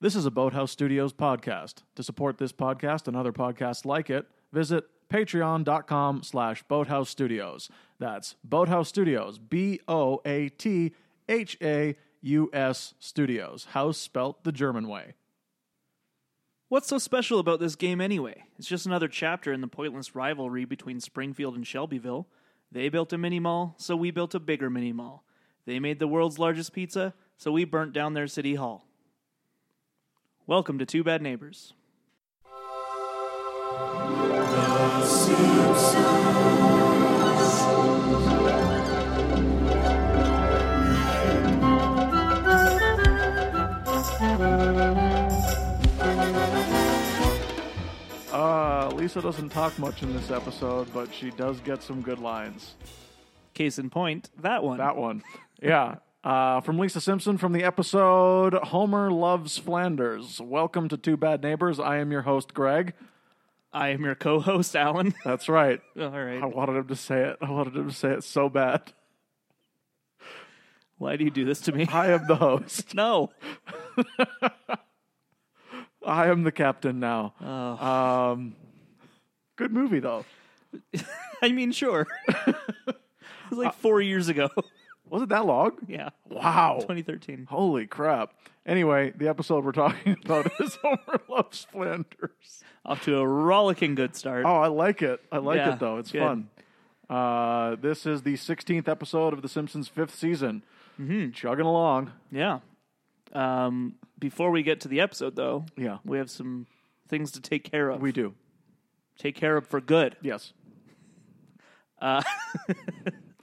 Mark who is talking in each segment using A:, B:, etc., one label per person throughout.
A: This is a Boathouse Studios podcast. To support this podcast and other podcasts like it, visit patreon.com slash boathouse studios. That's Boathouse Studios, B O A T H A U S Studios. House spelt the German way.
B: What's so special about this game anyway? It's just another chapter in the pointless rivalry between Springfield and Shelbyville. They built a mini mall, so we built a bigger mini mall. They made the world's largest pizza, so we burnt down their city hall. Welcome to Two Bad Neighbors.
A: Uh, Lisa doesn't talk much in this episode, but she does get some good lines.
B: Case in point, that one.
A: That one. Yeah. Uh, from Lisa Simpson from the episode Homer Loves Flanders. Welcome to Two Bad Neighbors. I am your host, Greg.
B: I am your co host, Alan.
A: That's right.
B: All right.
A: I wanted him to say it. I wanted him to say it so bad.
B: Why do you do this to me?
A: I am the host.
B: No.
A: I am the captain now.
B: Oh.
A: Um, good movie, though.
B: I mean, sure. it was
A: Uh,
B: like four years ago.
A: Was it that long?
B: yeah.
A: Wow.
B: 2013.
A: Holy crap. Anyway, the episode we're talking about is Homer Loves Flanders.
B: Off to a rollicking good start.
A: Oh, I like it. I like
B: Yeah,
A: it though. It's
B: good.
A: fun. Uh, this is the 16th episode of The Simpsons' fifth season. Mm-hmm. Chugging along.
B: Yeah. Um, before we get to the episode, though,
A: Yeah.
B: we have some things to take care of.
A: We do.
B: take care of for good.
A: Yes.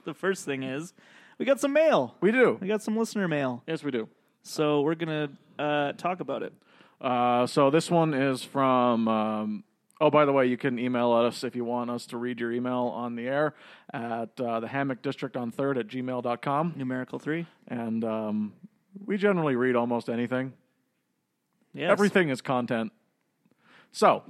B: The first thing is we got some mail.
A: We do.
B: We got some listener mail.
A: Yes, we do.
B: So we're going to uh, talk about it.
A: Uh, so this one is from. Um, oh, by the way, you can email us if you want us to read your email on the air at uh, the hammock district on third at gmail.com.
B: Numerical three.
A: And um, we generally read almost anything.
B: Yes.
A: Everything is content. So,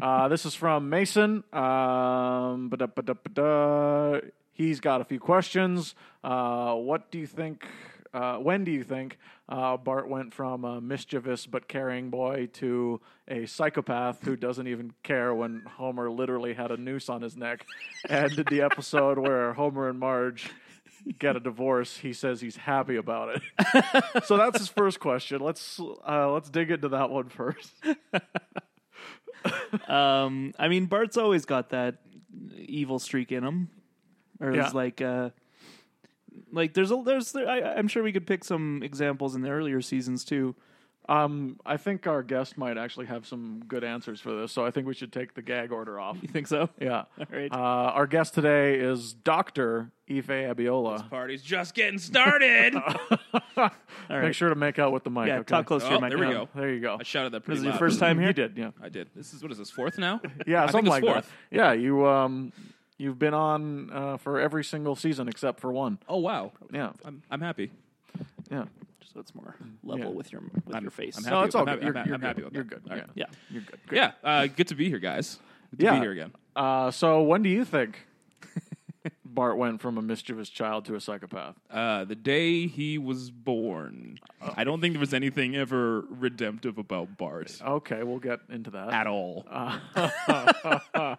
A: uh, this is from Mason. Um, ba-da, ba-da, ba-da. He's got a few questions. Uh, what do you think? Uh, when do you think uh, Bart went from a mischievous but caring boy to a psychopath who doesn't even care when Homer literally had a noose on his neck? And in the episode where Homer and Marge get a divorce, he says he's happy about it so that's his first question. Let's uh, let's dig into that one first.
B: Um, I mean, Bart's always got that evil streak in him, or
A: Yeah.
B: it's like, uh, like there's a there's there, I, I'm sure we could pick some examples in the earlier seasons too.
A: Um, I think our guest might actually have some good answers for this, so I think we should take the gag order off.
B: You think so?
A: Yeah. All
B: right.
A: Uh, our guest today is Doctor Ife Abiola.
C: Party's just getting started.
A: Make
B: right.
A: sure to make out with the mic.
B: Yeah,
A: okay?
B: talk close to
C: Oh,
B: your mic.
C: there we
B: Yeah.
C: go.
A: There you go.
C: I shouted that
B: This
C: pretty
B: is your
C: loud.
B: first time here.
A: You did, yeah,
C: I did. This is what is this fourth now?
A: yeah,
C: I think
A: something
C: it's
A: like
C: fourth.
A: that. Yeah, you um, you've been on uh, for every single season except for one.
C: Oh wow.
A: Yeah,
C: I'm I'm happy.
A: yeah.
B: So it's more level
A: Yeah.
B: with your with
C: I'm-
B: your face.
C: I'm
A: No,
C: Happy
A: it's all
C: with- I'm
A: good. You're,
C: happy-
A: you're
C: I'm
A: good.
C: happy with
A: You're
C: that.
A: good.
C: All
A: Yeah,
C: right.
B: Yeah.
A: you're good. Great.
C: Yeah. Uh, good to be here, guys. Good to
A: Yeah.
C: be here again.
A: Uh, so when do you think Bart went from a mischievous child to a psychopath?
C: Uh, the day he was born.
A: Oh.
C: I don't think there was anything ever redemptive about Bart
A: Okay, we'll get into that.
C: at all.
A: Uh, okay.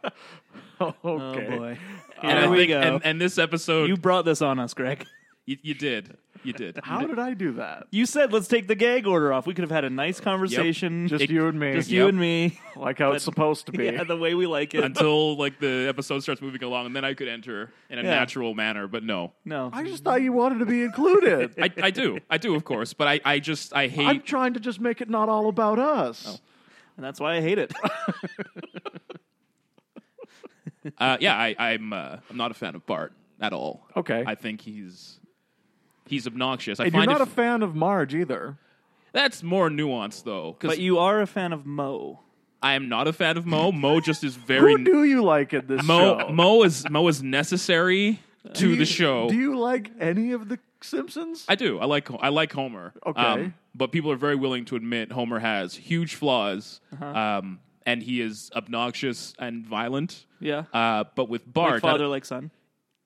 B: Oh boy.
C: and
B: Here
C: I
B: we
C: think,
B: go.
C: um, And, and this episode,
B: you
C: you,
B: brought this on us, Greg.
C: you, did. You did.
A: How
C: You
A: did I do that?
B: You said let's take the gag order off. We could have had a nice conversation.
A: Just
C: It-
A: you and me,
B: Just
C: Yep.
B: you and me.
A: like how it's supposed to be.
B: yeah, the way we like it.
C: until like the episode starts moving along, and then I could enter in a
B: Yeah.
C: natural manner. But no,
B: no.
A: I just thought you wanted to be included.
C: I, I do, I do, of course. But I, I just, I hate.
A: I'm trying to just make it not all about us.
B: and that's why I hate it.
C: Uh, yeah, I, I'm uh, I'm not a fan of Bart at all.
A: Okay.
C: Oh. I think he's he's obnoxious. I
A: and you're
C: find
A: not
C: it,
A: a fan of Marge either.
C: that's more nuanced though, because
B: but you are a fan of Mo.
C: I am not a fan of Mo. Mo just is very
A: Who do you like in this
C: Mo.
A: show?
C: Mo is Mo is necessary to
A: Do you-
C: the show.
A: Do you like any of the Simpsons?
C: I do. I like I like Homer. Um,
A: Okay.
C: but people are very willing to admit Homer has huge flaws,
A: Uh-huh.
C: um, and he is obnoxious and violent.
B: Yeah.
C: Uh, but with
B: Like
C: Bart, I-
B: father, like son.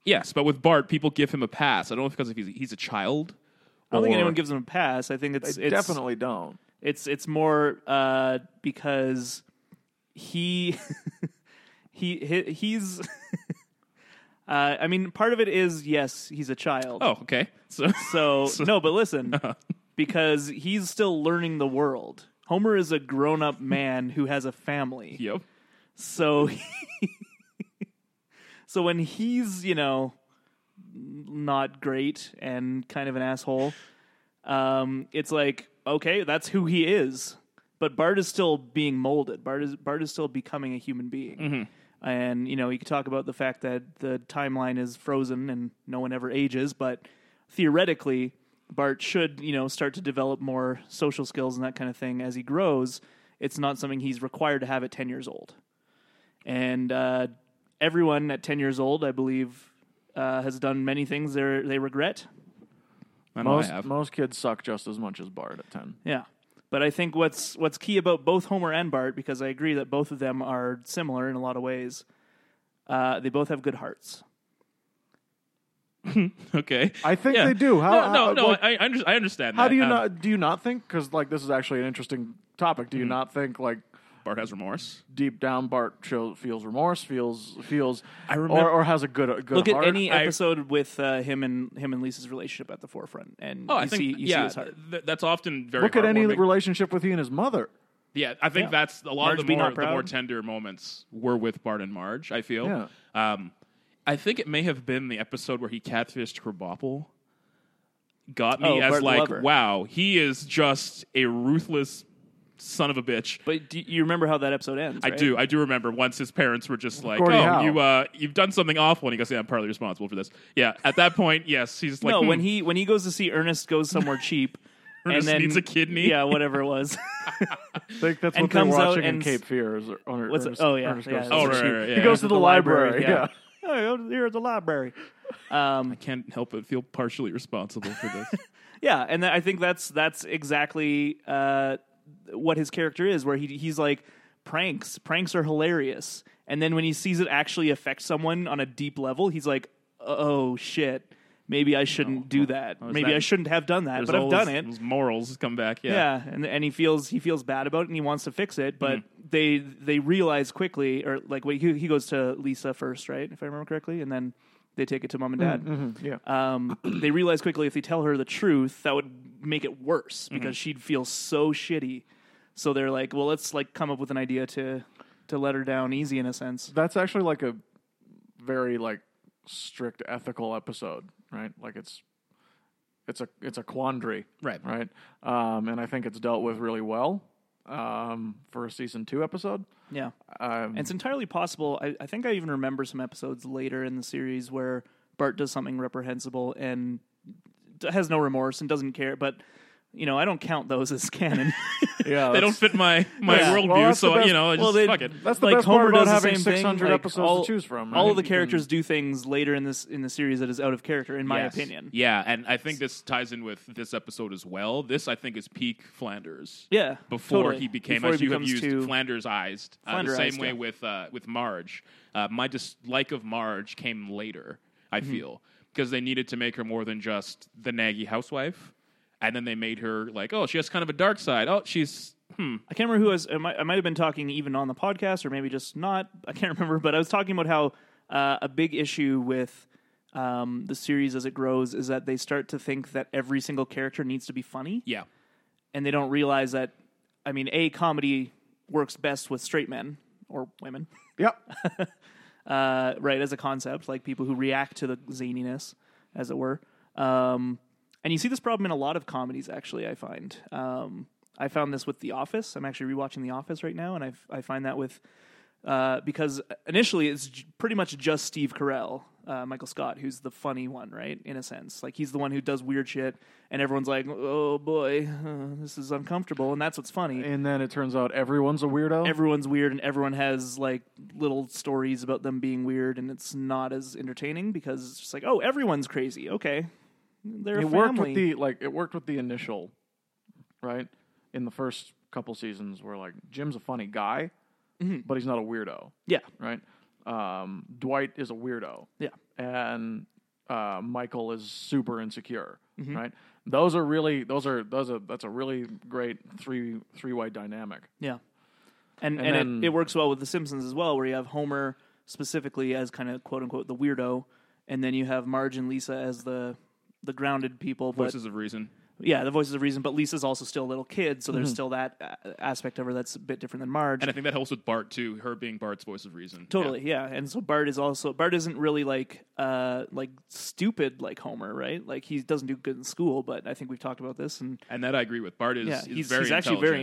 C: yes, but with Bart, people give him a pass. I don't know if because if he's, he's a child
B: I don't think
A: Or-
B: anyone gives them a pass. I think it's
A: They
B: it's
A: definitely don't.
B: it's it's more uh, because he he, he he's. Uh, I mean, part of it is yes, he's a child.
C: Oh, okay. So
B: So, no, but listen, because he's still learning the world. Homer is a grown-up man who has a family.
C: yep.
B: So So when he's, you know, not great and kind of an asshole, um, it's like, okay, that's who he is. But Bart is still being molded. Bart is Bart is still becoming a human being. And, you know, you could talk about the fact that the timeline is frozen and no one ever ages, but theoretically, Bart should, you know, start to develop more social skills and that kind of thing as he grows. It's not something he's required to have at 10 years old and uh, everyone at 10 years old, I believe, uh, has done many things they they regret.
C: I know
A: Most
C: I have.
A: most kids suck just as much as Bart at ten.
B: Yeah, but I think what's what's key about both Homer and Bart, because I agree that both of them are similar in a lot of ways. Uh, they both have good hearts.
C: okay.
A: I think
C: Yeah.
A: they do. How,
C: no, no,
A: how-
C: no.
A: like,
C: I, I, under, I understand.
A: how
C: that.
A: do you
C: Um,
A: not? Do you not think? Because like this is actually an interesting topic.
B: Mm-hmm.
A: Do you not think like
C: Bart has remorse.
A: deep down Bart show, feels remorse, feels feels,
C: I
A: or,
C: remember-
A: or has a good a good
B: Look
A: heart?
B: at any
C: I-
B: episode with uh, him and him and Lisa's relationship at the forefront, and
C: Oh,
B: you
C: I think
B: see you see
C: yeah.
B: his heart.
C: th- that's often very.
A: Look at any
C: heartwarming.
A: relationship with he and his mother.
C: Yeah, I think
B: Yeah.
C: that's a lot
B: Marge
C: of
B: be
C: the more,
B: not
C: the more
B: proud.
C: tender moments were with Bart and Marge, I feel.
A: Yeah.
C: Um, I think it may have been the episode where he catfished Krabappel. Got me
B: Oh,
C: as
B: Bart the
C: like,
B: Lover.
C: wow, he is just a ruthless son of a bitch.
B: But do you remember how that episode ends?
C: I
B: right?
C: do. I do remember once his parents were just like,
A: Gordie
C: "Oh,
A: Howe.
C: you uh, you've done something awful," and he goes, "Yeah, I'm partly responsible for this." Yeah. At that point, yes, he's like,
B: no,
C: "Hmm,
B: when he when he goes to see Ernest goes somewhere cheap, and
C: Ernest
B: then
C: needs a kidney."
B: Yeah, whatever it was.
A: I think that's
B: And
A: what they're
B: comes out
A: watching in
B: and-
A: Cape Fear. Is, or,
B: What's it-
A: Ernest,
B: oh, yeah,
A: Ernest
B: yeah,
A: goes
B: that's
A: to
C: Oh,
A: the
C: right,
A: zoo.
C: right,
A: He
C: yeah.
A: goes to the, library. yeah.
B: Oh, you're at the library. Um,
C: can't help but feel partially responsible for this.
B: yeah, and I think that's that's exactly uh, what his character is, where he he's like pranks. Pranks are hilarious, and then when he sees it actually affect someone on a deep level, he's like, oh shit, maybe I shouldn't do that. Maybe
C: that-
B: I shouldn't have done that,
C: There's
B: but I've
C: all
B: done
C: his-
B: it.
C: His morals come back.
B: Yeah, and and he feels he feels bad about it, and he wants to fix it, but they they realize quickly, or like wait, he, he goes to Lisa first, right? If I remember correctly, and then they take it to mom and dad.
A: yeah.
B: Um, they realize quickly if they tell her the truth, that would make it worse because she'd feel so shitty. So they're like, well, let's like come up with an idea to to let her down easy in a sense.
A: That's actually like a very like strict ethical episode, right? Like it's it's a it's a quandary,
C: Right.
A: Right, um, and I think it's dealt with really well um, for a season two episode.
B: Yeah.
A: Um,
B: And it's entirely possible. I, I think I even remember some episodes later in the series where Bart does something reprehensible and d- has no remorse and doesn't care. But you know, I don't count those as canon.
A: yeah,
C: they don't
A: that's-
C: fit my my
B: Yeah.
C: worldview.
A: Well, that's the
C: so
A: best-
C: you know, I just
B: well, they-
C: fuck it.
A: That's the
B: like,
A: best
B: Homer
A: part about
B: does the
A: having
B: same thing,
A: 600
B: like,
A: episodes
B: all-
A: to choose from.
B: All
A: right?
B: of the characters do things later in this in the series that is out of character, in my
C: Yes.
B: opinion.
C: Yeah, and I think this ties in with this episode as well. This I think is peak Flanders.
B: Yeah,
C: Before
B: totally.
C: he became,
B: Before
C: as
B: he
C: you have
B: becomes
C: used,
B: too-
C: Flandersized. Uh, the
B: Flanderized,
C: same way
B: yeah.
C: with uh, with Marge. Uh, my dislike of Marge came later. I
B: Mm-hmm.
C: feel because they needed to make her more than just the naggy housewife, and then they made her like, oh, she has kind of a dark side. Oh, she's hmm.
B: I can't remember who I was. I might, I might have been talking even on the podcast, or maybe just not. I can't remember. But I was talking about how uh, a big issue with um, the series as it grows is that they start to think that every single character needs to be funny,
C: Yeah,
B: and they don't realize that. I mean, a comedy works best with straight men or women,
A: Yep.
B: uh, right? As a concept, like people who react to the zaniness, as it were. Um, and you see this problem in a lot of comedies. Actually, I find um, I found this with The Office. I'm actually rewatching The Office right now, and I I find that with uh, because initially it's j- pretty much just Steve Carell, uh, Michael Scott, who's the funny one, right? In a sense, like he's the one who does weird shit, and everyone's like, "Oh boy, uh, this is uncomfortable," and that's what's funny.
A: And then it turns out everyone's a weirdo.
B: Everyone's weird, and everyone has like little stories about them being weird, and it's not as entertaining because it's just like, "Oh, everyone's crazy." Okay, they're
A: it
B: a
A: worked
B: family.
A: with the like it worked with the initial, right? In the first couple seasons, where like Jim's a funny guy,
B: Mm-hmm.
A: but he's not a weirdo,
B: yeah,
A: right? Um, Dwight is a weirdo,
B: yeah, Mm-hmm.
A: and uh, Michael is super insecure, right? Those are really those are those are that's a really great three three way dynamic.
B: Yeah. And
A: And
B: and,
A: then-
B: it, it works well with The Simpsons as well, where you have Homer specifically as kind of quote unquote the weirdo, and then you have Marge and Lisa as the the grounded people. But
C: Voices of reason.
B: yeah, the voices of reason. But Lisa's also still a little kid, so there's
A: Mm-hmm.
B: still that a- aspect of her that's a bit different than Marge.
C: And I think that helps with Bart too, her being Bart's voice of reason.
B: totally, yeah. And so Bart is also Bart isn't really like uh like stupid like Homer, right? Like he doesn't do good in school, but I think we've talked about this and.
C: Yeah. And that I agree with. Bart is,
B: Yeah,
C: is
B: he's,
C: very
B: he's actually very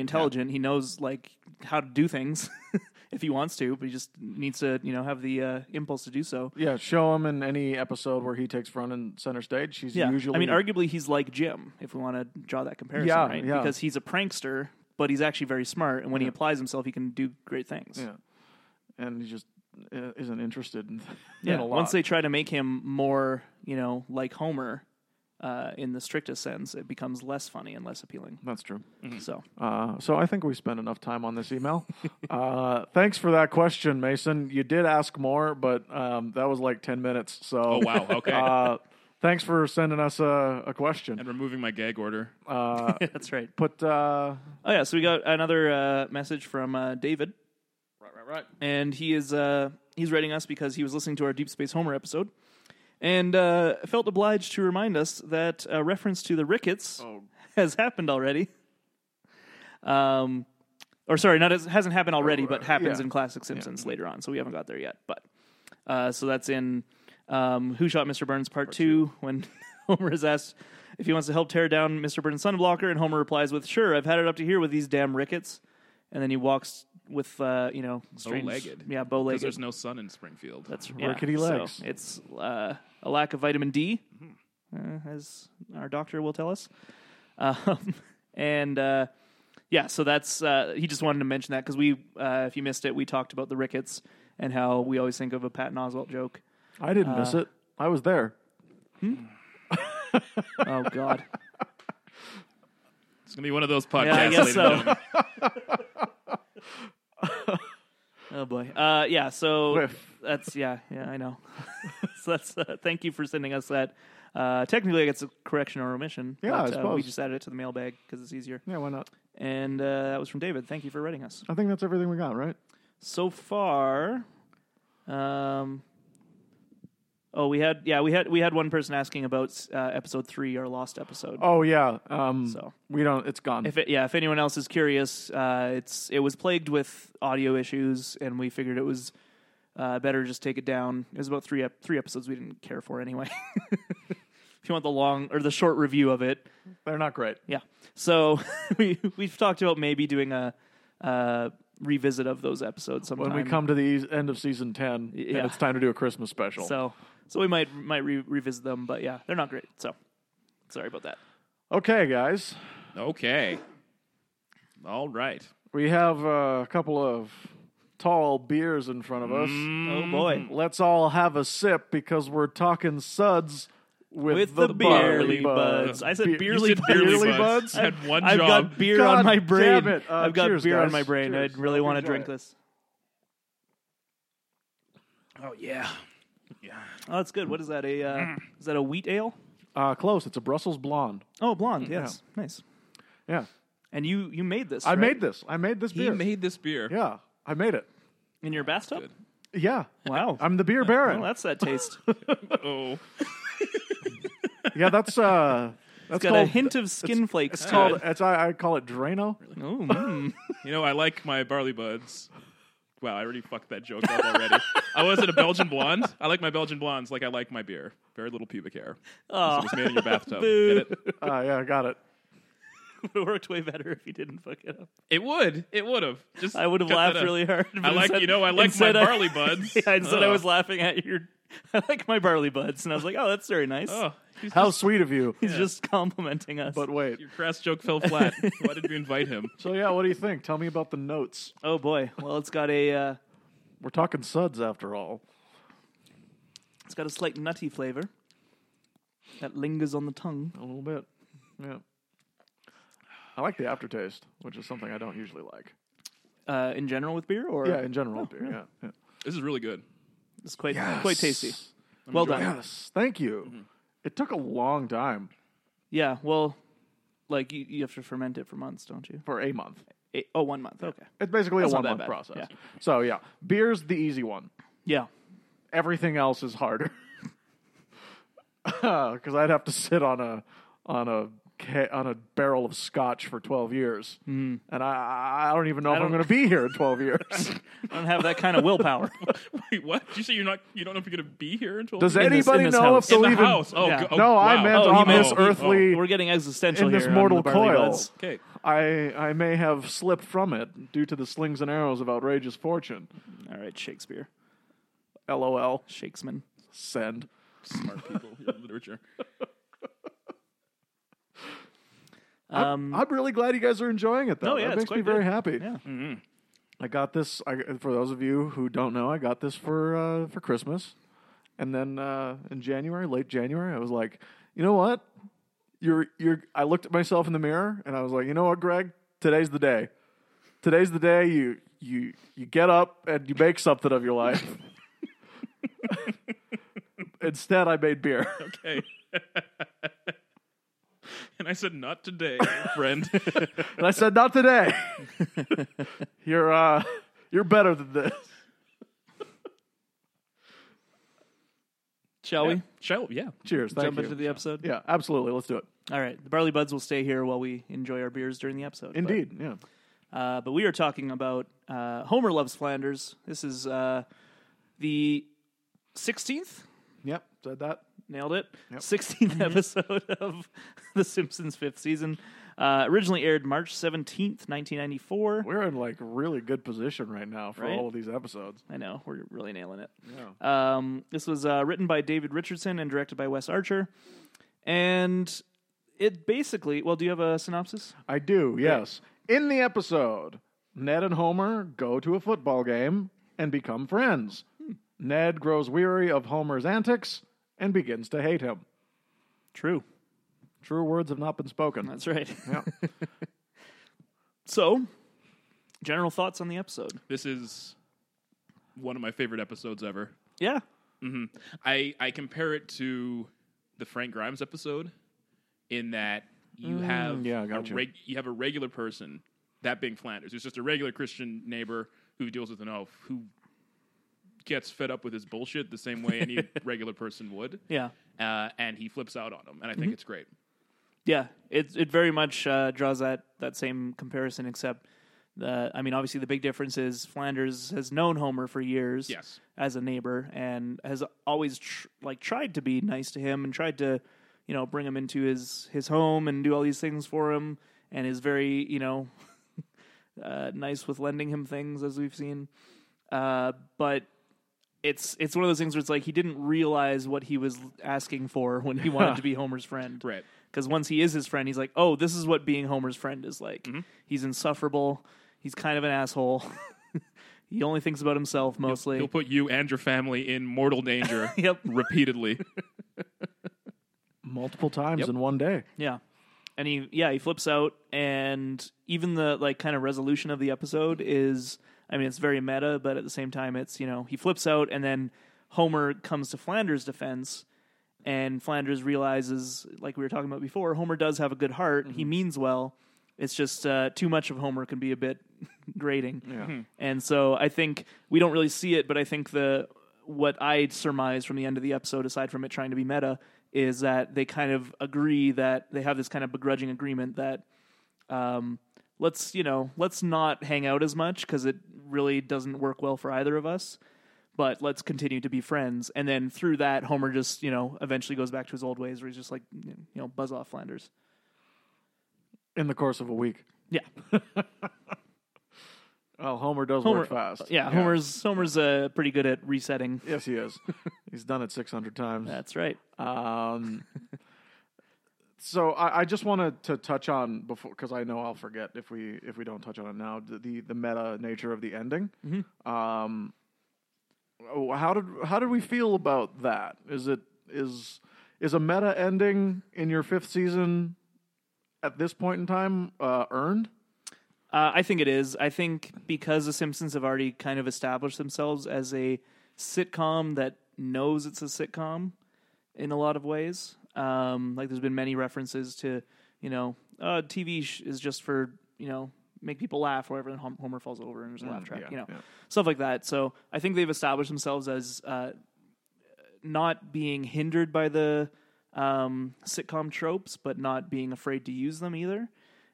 B: intelligent.
C: intelligent.
B: He knows like how to do things if he wants to, but he just needs to you know have the uh, impulse to do so.
A: Yeah, show him in any episode where he takes front and center stage. He's
B: Yeah,
A: usually
B: I mean, arguably he's like Jim if we want to draw that comparison,
A: Yeah,
B: right?
A: yeah.
B: Because he's a prankster, but he's actually very smart, and when he applies himself, he can do great things.
A: yeah, and he just uh, isn't interested in,
B: Yeah,
A: in a lot.
B: Once they try to make him more you know like Homer. Uh, in the strictest sense, it becomes less funny and less appealing.
A: That's true.
B: So,
A: Uh, so I think we spent enough time on this email. uh, thanks for that question, Mason. You did ask more, but um, that was like ten minutes. So
C: Oh, wow. Okay.
A: uh, thanks for sending us a, a question.
C: and removing my gag order.
A: Uh,
B: that's right.
A: put uh,
B: Oh yeah, so we got another uh, message from uh, David.
C: Right, right, right.
B: and he is uh, he's writing us because he was listening to our Deep Space Homer episode and uh, felt obliged to remind us that a reference to the rickets has happened already. Um, or sorry, not as, hasn't happened already, but happens
A: yeah.
B: in Classic Simpsons later on. So we haven't got there yet, but uh, so that's in um, Who Shot Mr. Burns Part, two, when Homer is asked if he wants to help tear down Mr. Burns' sunblocker, and Homer replies with, "Sure, I've had it up to here with these damn rickets." And then he walks with, uh, you know, strange,
C: Bow-legged.
B: yeah,
C: Because
B: bow-legged.
C: there's no sun in Springfield.
B: That's
A: Rickety
B: so
A: legs.
B: it's uh, a lack of vitamin D, uh, as our doctor will tell us. Um, and uh, yeah, so that's uh, he just wanted to mention that because we, uh, if you missed it, we talked about the rickets and how we always think of a Patton Oswalt joke.
A: I didn't miss it. I was there.
B: Oh God,
C: It's going to be one of those podcasts.
B: Yeah, I guess
C: ladies and
B: so.
C: gentlemen.
B: oh boy, uh, yeah. So
A: Riff.
B: that's yeah, yeah, I know. so that's uh, thank you for sending us that. Uh, technically, I guess a correction or omission.
A: Yeah, I
B: but, uh, we
A: suppose.
B: just added it to the mailbag because it's easier.
A: Yeah, why not?
B: And uh, that was from David. Thank you for writing us.
A: I think that's everything we got, right?
B: so far um oh we had yeah we had we had one person asking about uh, episode 3 our lost episode
A: Oh yeah. Um,
B: So.
A: we don't. It's gone.
B: if it, yeah if anyone else is curious uh it's it was plagued with audio issues and we figured it was uh, better just take it down. It was about three ep- three episodes we didn't care for anyway. if you want the long or the short review of it,
A: They're not great.
B: yeah. So we we've talked about maybe doing a uh, revisit of those episodes sometime.
A: When we come to the e- end of season ten,
B: yeah.
A: and it's time to do a Christmas special.
B: So so we might might re- revisit them, but yeah, they're not great. So sorry about that.
A: okay, guys,
C: Okay. All right.
A: we have uh, a couple of tall beers in front of us. Mm.
B: Oh boy,
A: Let's all have a sip because we're talking suds with,
B: with the, beerly
A: barley bud.
B: buds. I said
A: Beer-
C: You
B: beerly
C: said
B: buds.
A: Beerly
C: Beerly
A: Buds?
C: Buds. Had one
B: I've
C: job.
B: got beer
A: God
B: on my
A: damn
B: brain.
A: it. Uh,
B: I've got
A: cheers,
B: beer on
A: guys.
B: my brain.
A: Cheers.
B: I'd really
A: Hope you
B: want to
A: enjoy
B: drink
A: it.
B: this.
C: Oh, yeah.
B: Oh, that's good. What is that? A uh,
A: Mm.
B: is that a wheat ale?
A: Uh, close. It's a Brussels blonde.
B: Oh, blonde. Yes, nice.
A: Yeah,
B: And you you made this.
A: I
B: right?
A: made this. I made this
C: He
A: beer.
C: made this beer.
A: yeah, I made it.
B: in your bathtub.
C: good.
A: Yeah,
B: Wow.
A: I'm the beer baron.
B: well, that's that taste.
C: Oh.
A: yeah, that's uh, that's
B: It's got
A: called.
B: a hint of skin flakes.
A: it's
B: to
A: called.
B: it.
A: It's I, I call it Drano.
B: Oh, mm.
C: You know, I like my barley buds. Wow, I already fucked that joke up already. I wasn't a Belgian blonde. I like my Belgian blondes like I like my beer. Very little pubic hair.
B: Aw.
C: It was made in your bathtub.
B: Boo.
C: Get it?
A: Uh, yeah, I got it.
B: it worked way better if you didn't fuck it up.
C: It would. It would have. Just
B: I would have
C: cut that
B: laughed
C: out.
B: really hard.
C: I
B: but
C: like
B: instead-
C: you know I like my
B: instead
C: barley buds.
B: Yeah, instead I
C: Ugh.
B: was laughing at your. I like my barley buds, and I was like, "Oh, that's very nice."
C: Oh, he's
A: How
C: just-
A: sweet of you.
B: He's just complimenting us.
A: But wait.
C: your crass joke fell flat. Why did we invite him?
A: So yeah, what do you think? Tell me about the notes.
B: oh boy, well, it's got a uh,
A: We're talking suds after all.
B: it's got a slight nutty flavor that lingers on the tongue.
A: A little bit. Yeah. I like the aftertaste, which is something I don't usually like.
B: Uh, in general, with beer, or
A: Yeah, in general,
B: Oh,
A: beer. Yeah. yeah.
C: This is really good.
B: it's quite quite tasty.
A: Yes.
B: well done.
A: Mm-hmm. Yes. Thank you. It took a long time.
B: Yeah, well, like you, you have to ferment it for months, don't you?
A: for a month.
B: Eight, oh, one month. Okay.
A: It's basically
B: That's
A: a
B: not
A: one
B: that
A: month
B: bad.
A: process.
B: Yeah.
A: So yeah, beer's the easy one.
B: Yeah.
A: Everything else is harder because I'd have to sit on a on a ca- on a barrel of scotch for twelve years, and I I don't even know if I'm
B: Hmm. don't-
A: going to be here in twelve years.
B: I don't have that kind of willpower.
C: Wait, what? Did you say you're not? You don't know if you're gonna be here until
A: Does
B: In this-
A: anybody
B: in this
A: know
B: house.
A: if they'll
C: in the
A: even?
C: house? Oh,
B: yeah.
C: go- oh,
A: No, I
C: wow.
A: meant
B: Oh,
A: on
B: you
A: this
B: meant-
A: earthly.
B: We're getting existential
A: In
B: here.
A: this
B: on the
A: mortal
B: Barley
A: coil.
B: Buds.
C: Okay.
A: I I may have slipped from it due to the slings and arrows of outrageous fortune.
B: All right, Shakespeare.
A: LOL.
B: Shakesman.
A: Send.
C: Smart people, your literature.
B: Um,
A: I'm really glad you guys are enjoying it though.
B: No, yeah,
A: that makes
B: it's
A: me
B: quite
A: very
B: good.
A: happy.
B: Yeah.
A: I got this I, for those of you who don't know. I got this for uh, for Christmas, and then uh, in January, late January, I was like, you know what? You're you're. I looked at myself in the mirror and I was like, you know what, Greg? Today's the day. Today's the day you you you get up and you make something of your life. Instead, I made beer.
C: Okay. and I said, not today, friend.
A: And I said, "Not today. you're uh, you're better than this."
B: Shall we
C: Shall yeah.
A: Cheers. Thank
B: jump
A: you.
B: into the episode?
A: yeah, absolutely. Let's do it.
B: All right. The Barley Buds will stay here while we enjoy our beers during the episode. but-
A: Indeed. yeah.
B: Uh, but we are talking about uh, Homer Loves Flanders. This is uh, the 16th.
A: Yep. Said that.
B: Nailed it. 16th episode of The Simpsons fifth season. Uh, originally aired March 17th, 1994.
A: We're in like really good position right now for
B: Right?
A: all of these episodes.
B: I know, we're really nailing it. Um, this was uh, written by David Richardson and directed by Wes Archer. And it basically, well, do you have a synopsis?
A: I do. Yes. In the episode, Ned and Homer go to a football game and become friends.
B: Hmm.
A: Ned grows weary of Homer's antics and begins to hate him.
B: True.
A: True words have not been spoken.
B: That's right.
A: Yeah.
B: So, general thoughts on the episode?
C: This is one of my favorite episodes ever.
B: Yeah.
C: I, I compare it to the Frank Grimes episode in that you have
A: yeah, I
C: a
A: got you.
C: reg- you have a regular person, that being Flanders, who's just a regular Christian neighbor who deals with an elf who gets fed up with his bullshit the same way any regular person would.
B: Yeah.
C: Uh, and he flips out on him, and I think it's great.
B: Yeah, it it very much uh, draws that that same comparison, except the I mean, obviously the big difference is Flanders has known Homer for years,
C: Yes.
B: as a neighbor, and has always tr- like tried to be nice to him and tried to you know bring him into his his home and do all these things for him, and is very you know uh, nice with lending him things as we've seen, uh, but. It's it's one of those things where it's like he didn't realize what he was asking for when he wanted to be Homer's friend,
C: Right.
B: because once he is his friend, he's like, oh, this is what being Homer's friend is like.
C: Mm-hmm.
B: He's insufferable. He's kind of an asshole. he only thinks about himself mostly.
C: He'll put you and your family in mortal danger
B: Yep.
C: repeatedly.
A: Multiple times in one day.
B: Yeah. And he yeah, he flips out and even the like kind of resolution of the episode is I mean it's very meta, but at the same time it's, you know, he flips out and then Homer comes to Flanders' defense and Flanders realizes like we were talking about before, Homer does have a good heart. He means well. It's just uh, too much of Homer can be a bit grating. And so I think we don't really see it, but I think the what I surmise from the end of the episode, aside from it trying to be meta, is that they kind of agree that they have this kind of begrudging agreement that um, let's you know let's not hang out as much because it really doesn't work well for either of us. But let's continue to be friends, and then through that, Homer just you know eventually goes back to his old ways, where he's just like you know buzz off Flanders.
A: in the course of a week.
B: Yeah,
A: Well, Homer does
B: Homer.
A: work fast.
B: Yeah, Homer's Homer's uh, pretty good at resetting.
A: Yes, he is. He's done it 600 times.
B: That's right.
A: Um, so I, I just wanted to touch on before because I know I'll forget if we if we don't touch on it now the the, the meta nature of the ending. Um, oh, how did how did we feel about that? Is it is is a meta ending in your fifth season at this point in time uh, earned?
B: Uh, I think it is. I think because The Simpsons have already kind of established themselves as a sitcom that knows it's a sitcom in a lot of ways, Um, like there's been many references to, you know, uh, TV sh- is just for you know make people laugh wherever Hom- Homer falls over and there's a laugh track,
A: Mm, yeah,
B: you know,
A: yeah.
B: stuff like that. So I think they've established themselves as uh, not being hindered by the um, sitcom tropes, but not being afraid to use them either.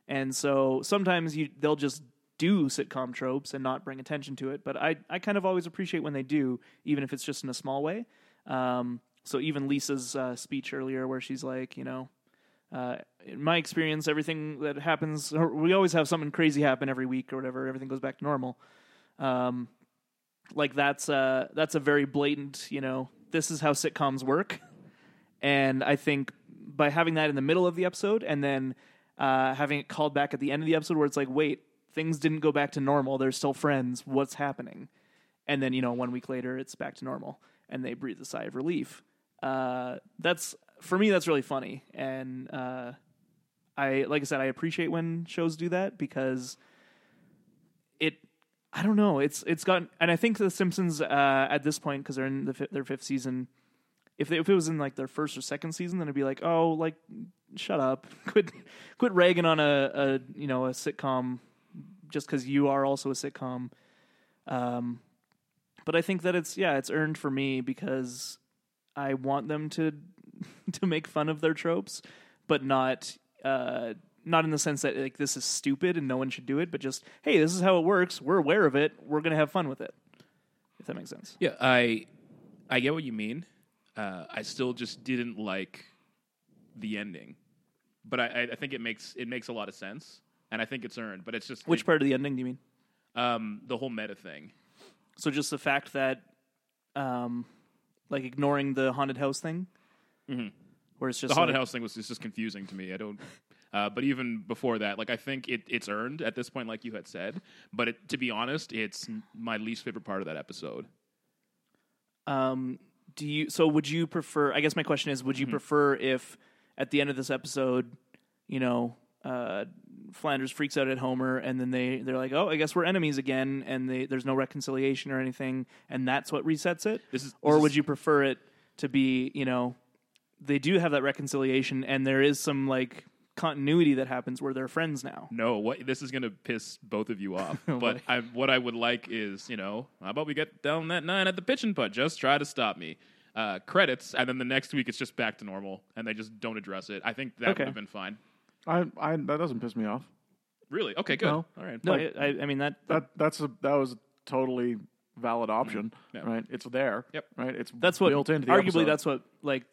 B: And so sometimes you they'll just do sitcom tropes and not bring attention to it. But I I kind of always appreciate when they do, even if it's just in a small way. Um, so even Lisa's uh, speech earlier, where she's like, you know. Uh, in my experience, everything that happens, or we always have something crazy happen every week or whatever. Everything goes back to normal. Um, like that's uh that's a very blatant you know this is how sitcoms work and i think by having that in the middle of the episode and then uh having it called back at the end of the episode where it's like wait things didn't go back to normal they're still friends what's happening and then you know one week later it's back to normal and they breathe a sigh of relief uh that's for me that's really funny and uh i like i said i appreciate when shows do that because it I don't know. It's it's gotten and I think the Simpsons uh, at this point because they're in the fi- their fifth season. If they, if it was in like their first or second season, then it'd be like, oh, like shut up, quit quit ragging on a, a you know a sitcom just because you are also a sitcom. Um, but I think that it's yeah, it's earned for me because I want them to to make fun of their tropes, but not uh, not in the sense that like this is stupid and no one should do it, but just hey, this is how it works. We're aware of it. We're gonna have fun with it. If that makes sense.
C: Yeah, I I get what you mean. Uh, I still just didn't like the ending, but I, I- I think it makes it makes a lot of sense, and I think it's earned. But it's just
B: Which
C: it-
B: part of the ending do you mean?
C: um, the whole meta thing.
B: So just the fact that, um, like ignoring the haunted house thing, where it's just
C: Mm-hmm. The haunted
B: like-
C: house thing was just, just confusing to me. I don't. Uh, but even before that, like I think it, it's earned at this point, like you had said. But it, to be honest, it's my least favorite part of that episode.
B: Um, do you? So would you prefer? I guess my question is: Would you prefer if at the end of this episode, you know, uh, Flanders freaks out at Homer, and then they they're like, "Oh, I guess we're enemies again," and they, there's no reconciliation or anything, and that's what resets it?
C: This is-
B: or
C: this
B: would
C: is-
B: you prefer it to be, you know, they do have that reconciliation, and there is some like continuity that happens where they're friends now.
C: No, what this is going to piss both of you off.
A: Oh,
C: but I, what I would like is, you know, how about we get down that nine at the pitch and putt? Just try to stop me. Uh, credits, and then the next week it's just back to normal, and they just don't address it. I think that
B: Okay.
C: would have been fine.
A: I, I that doesn't piss me off.
C: Really? Okay, good.
A: No.
C: All right.
B: No, I, I mean that,
A: That that's a that was a totally valid option.
C: Yeah.
A: Right, it's there.
C: Yep.
A: Right, it's
B: Mm-hmm. that's what
A: built into the
B: arguably
A: episode.
B: that's what like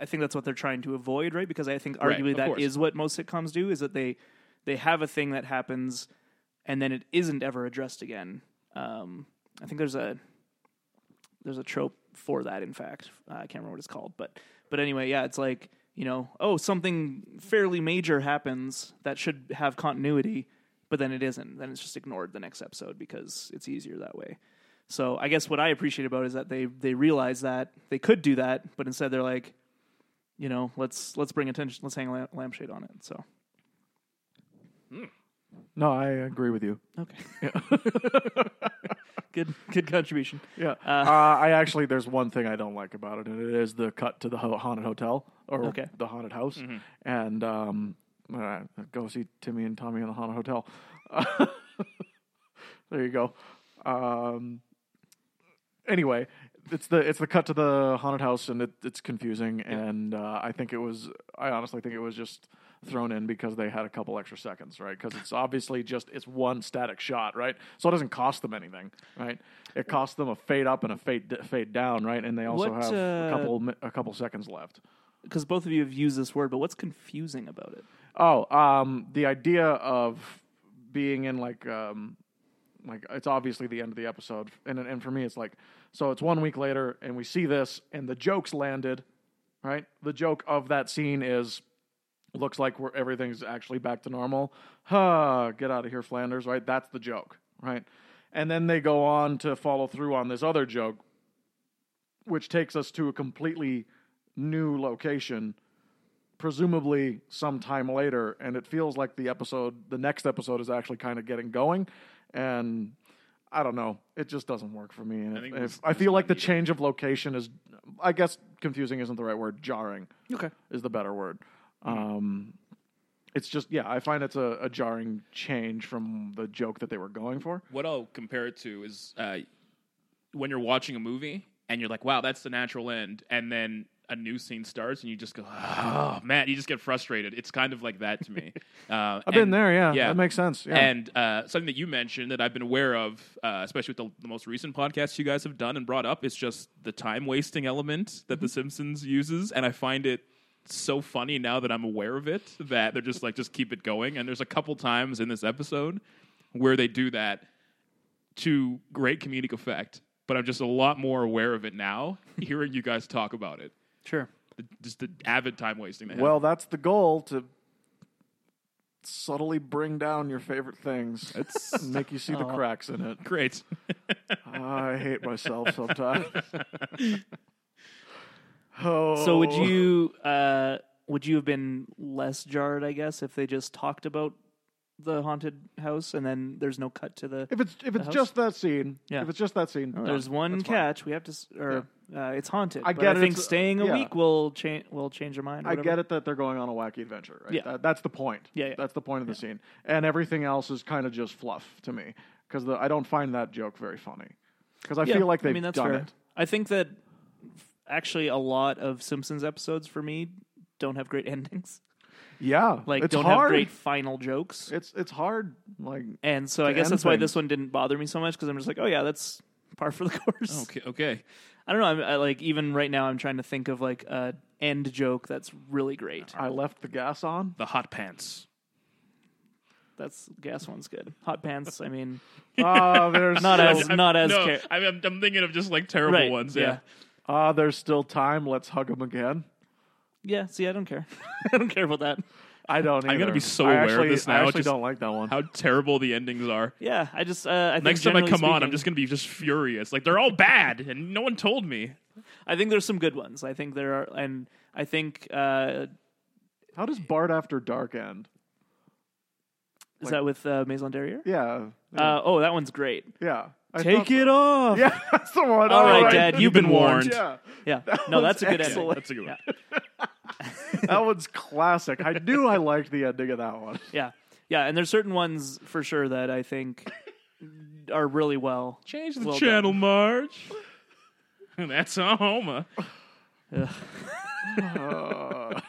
B: I think that's what they're trying to avoid, right? Because I think
C: Right,
B: arguably
C: of
B: that
C: course.
B: is what most sitcoms do is that they they have a thing that happens and then it isn't ever addressed again. Um, I think there's a there's a trope for that. In fact, uh, I can't remember what it's called, but but anyway, yeah, it's like you know, oh, something fairly major happens that should have continuity, but then it isn't. Then it's just ignored the next episode because it's easier that way. So I guess what I appreciate about it is that they they realize that they could do that, but instead they're like, you know, let's let's bring attention, let's hang a lamp- lampshade on it. So
A: no, I agree with you.
B: okay, good good contribution.
A: Yeah, uh, I actually there's one thing I don't like about it, and it is the cut to the ho- haunted hotel or
B: Okay. Mm-hmm.
A: the haunted house, and um, uh, go see Timmy and Tommy in the haunted hotel. there you go. Um, anyway, it's the it's the cut to the haunted house, and it, it's confusing, and uh, I think it was I honestly think it was just thrown in because they had a couple extra seconds, right? Because it's obviously just it's one static shot, right? So it doesn't cost them anything, right? It costs them a fade up and a fade fade down, right? And they also
B: What,
A: have a
B: uh,
A: couple mi- a couple seconds left.
B: Because both of you have used this word, but what's confusing about it?
A: Oh, um, the idea of being in like um, like it's obviously the end of the episode, and and for me it's like so it's one week later, and we see this, and the jokes landed, right? The joke of that scene is looks like we're everything's actually back to normal. Huh, get out of here, Flanders, right? That's the joke, right? And then they go on to follow through on this other joke, which takes us to a completely new location presumably sometime later and it feels like the episode the next episode is actually kind of getting going and I don't know. It just doesn't work for me. And
C: I
A: if,
C: think
A: I,
C: it was-
A: I feel like the change of location is, I guess confusing isn't the right word. Jarring
B: Okay.
A: is the better word. Um, it's just yeah, I find it's a, a jarring change from the joke that they were going for.
C: What I'll compare it to is uh, when you're watching a movie and you're like, wow, that's the natural end. And then a new scene starts and you just go, oh, man, you just get frustrated. It's kind of like that to me. Uh,
A: I've been there, yeah, That makes sense. Yeah.
C: And uh, something that you mentioned that I've been aware of, uh, especially with the, the most recent podcasts you guys have done and brought up, is just the time wasting element that The
A: Mm-hmm.
C: Simpsons uses, and I find it so funny now that I'm aware of it that they're just like just keep it going. And there's a couple times in this episode where they do that to great comedic effect, but I'm just a lot more aware of it now hearing you guys talk about it.
B: Sure.
C: The, just the avid time wasting. They have.
A: well, that's the goal to subtly bring down your favorite things
C: It's-
A: and make you see the
B: Aw.
A: cracks in it.
C: great.
A: I hate myself sometimes. oh,
B: So would you uh, would you have been less jarred, I guess, if they just talked about the haunted house and then there's no cut to the
A: If it's if it's
B: house?
A: just that scene,
B: Yeah. Oh,
A: if it's just that scene,
B: There's
A: done.
B: one
A: That's fine.
B: catch we have to, s- or uh, it's haunted.
A: I
B: but
A: get
B: I
A: it,
B: think
A: it's-
B: staying a
A: yeah.
B: week will change. Will change your mind. Or
A: I
B: whatever.
A: get it that they're going on a wacky adventure. Right?
B: Yeah.
A: That, that's the point.
B: Yeah, yeah.
A: That's the point of the scene. And everything else is kind of just fluff to me because I don't find that joke very funny because I
B: Yeah,
A: feel like they've
B: I mean, that's
A: done
B: fair.
A: it.
B: I think that f- actually a lot of Simpsons episodes for me don't have great endings.
A: Yeah,
B: Like
A: it's
B: don't have
A: hard.
B: great final jokes.
A: It's it's hard. Like
B: and so I
A: to
B: guess
A: end
B: that's why this
A: things.
B: one didn't bother me so much because I'm just like, oh yeah, that's par for the course.
C: Okay. Okay.
B: I don't know. I'm I, like even right now, I'm trying to think of like a end joke that's really great.
A: I left the gas on.
C: The hot pants.
B: That's gas one's good. Hot pants. I mean,
A: Ah, there's
B: Not
A: still,
B: as- It's not
C: no,
B: care-
C: I mean, I'm, I'm thinking of just like terrible
B: Right,
C: ones. Yeah.
B: yeah.
A: ah, there's still time. Let's hug them again.
B: yeah. See, I don't care. I don't care about that.
A: I don't.
C: I'm gonna
A: either.
C: be so
A: I
C: aware of
A: actually,
C: this
A: I
C: now,
A: actually
C: just-
A: don't like that one.
C: How terrible the endings are.
B: Yeah, I just uh, I think
C: Next time I come
B: generally
C: on, I'm
B: speaking-
C: just gonna be just furious. Like they're all bad, and no one told me.
B: I think there's some good ones. I think there are, and I think uh,
A: How does Bart After Dark end?
B: is that with uh, Maison Derriere?
A: Yeah,
B: Uh, oh, that one's great.
A: yeah. I
B: Take
A: thought-
B: it off.
A: Yeah, that's the one.
B: All right,
A: Alright.
B: Dad, you've, been, warned.
A: Yeah,
B: Yeah, no,
A: one's
B: that's a good
A: excellent.
B: ending.
C: That's a good one.
A: that one's classic. I knew I liked the ending of that one.
B: Yeah, yeah, and there's certain ones for sure that I think are really well.
C: Change the
B: Well
C: channel, Marge. That's Oklahoma.
A: Uh,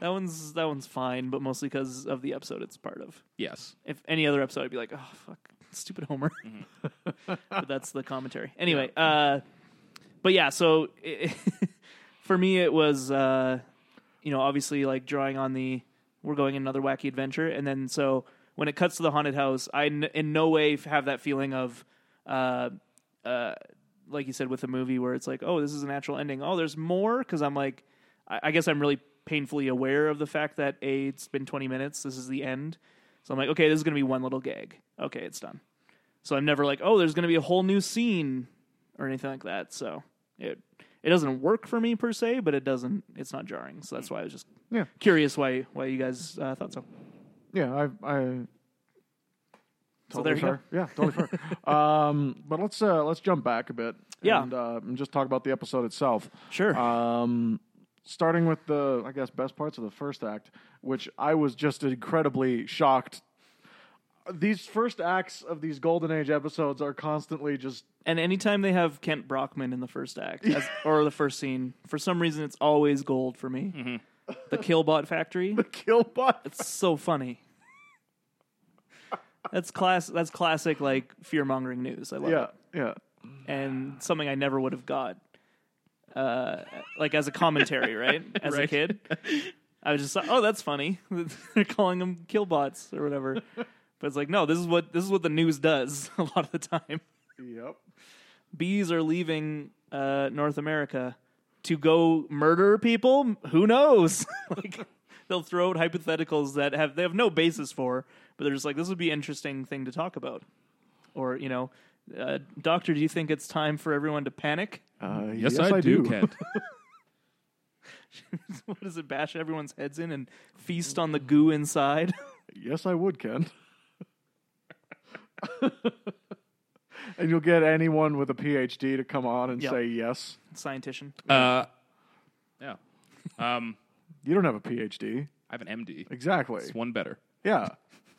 B: That one's that one's fine, but mostly because of the episode it's part of.
C: Yes.
B: If any other episode, I'd be like, oh fuck, stupid Homer. but that's the commentary. Anyway, uh, but yeah, so it, for me, it was uh, you know obviously like drawing on the we're going another wacky adventure, and then so when it cuts to the haunted house, I n- in no way f- have that feeling of. Uh, uh, like you said with a movie where it's like, oh, this is a natural ending. Oh, there's more because I'm like, I, I guess I'm really painfully aware of the fact that a it's been 20 minutes. This is the end. So I'm like, okay, this is gonna be one little gag. Okay, it's done. So I'm never like, oh, there's gonna be a whole new scene or anything like that. So it it doesn't work for me per se, but it doesn't. It's not jarring. So that's why I was just
A: Yeah.
B: curious why why you guys uh, thought so.
A: yeah, I. I totally
B: So there you go.
A: fair. Yeah, totally fair. um, but let's uh, let's jump back a bit.
B: Yeah.
A: and, uh, and just talk about the episode itself.
B: Sure.
A: Um, starting with the, I guess, best parts of the first act, which I was just incredibly shocked. These first acts of these golden age episodes are constantly just
B: And anytime they have Kent Brockman in the first act as, or the first scene, for some reason it's always gold for me. The Killbot Factory.
A: kill bots.
B: It's so funny. That's class. That's classic, like fear mongering news. I love
A: Yeah,
B: it,
A: yeah.
B: and something I never would have got, uh, like as a commentary, right? As a
C: Right.
B: kid, I was just like, "Oh, that's funny." They're calling them killbots or whatever, but it's like, no, this is what this is what the news does a lot of the time
A: Yep.
B: bees are leaving uh, North America to go murder people. Who knows? like they'll throw out hypotheticals that have they have no basis for, but they're just like this would be an interesting thing to talk about. Or you know, uh, doctor, do you think it's time for everyone to panic?
A: Uh,
C: Kent.
B: what does it bash everyone's heads in and feast on the goo inside?
A: Yes, I would, Ken. and you'll get anyone with a PhD to come on and
B: Yep.
A: say yes.
B: Scientician.
C: Uh, yeah. Um,
A: You don't have a PhD,
C: I have an MD.
A: exactly?
C: It's one better.
A: Yeah,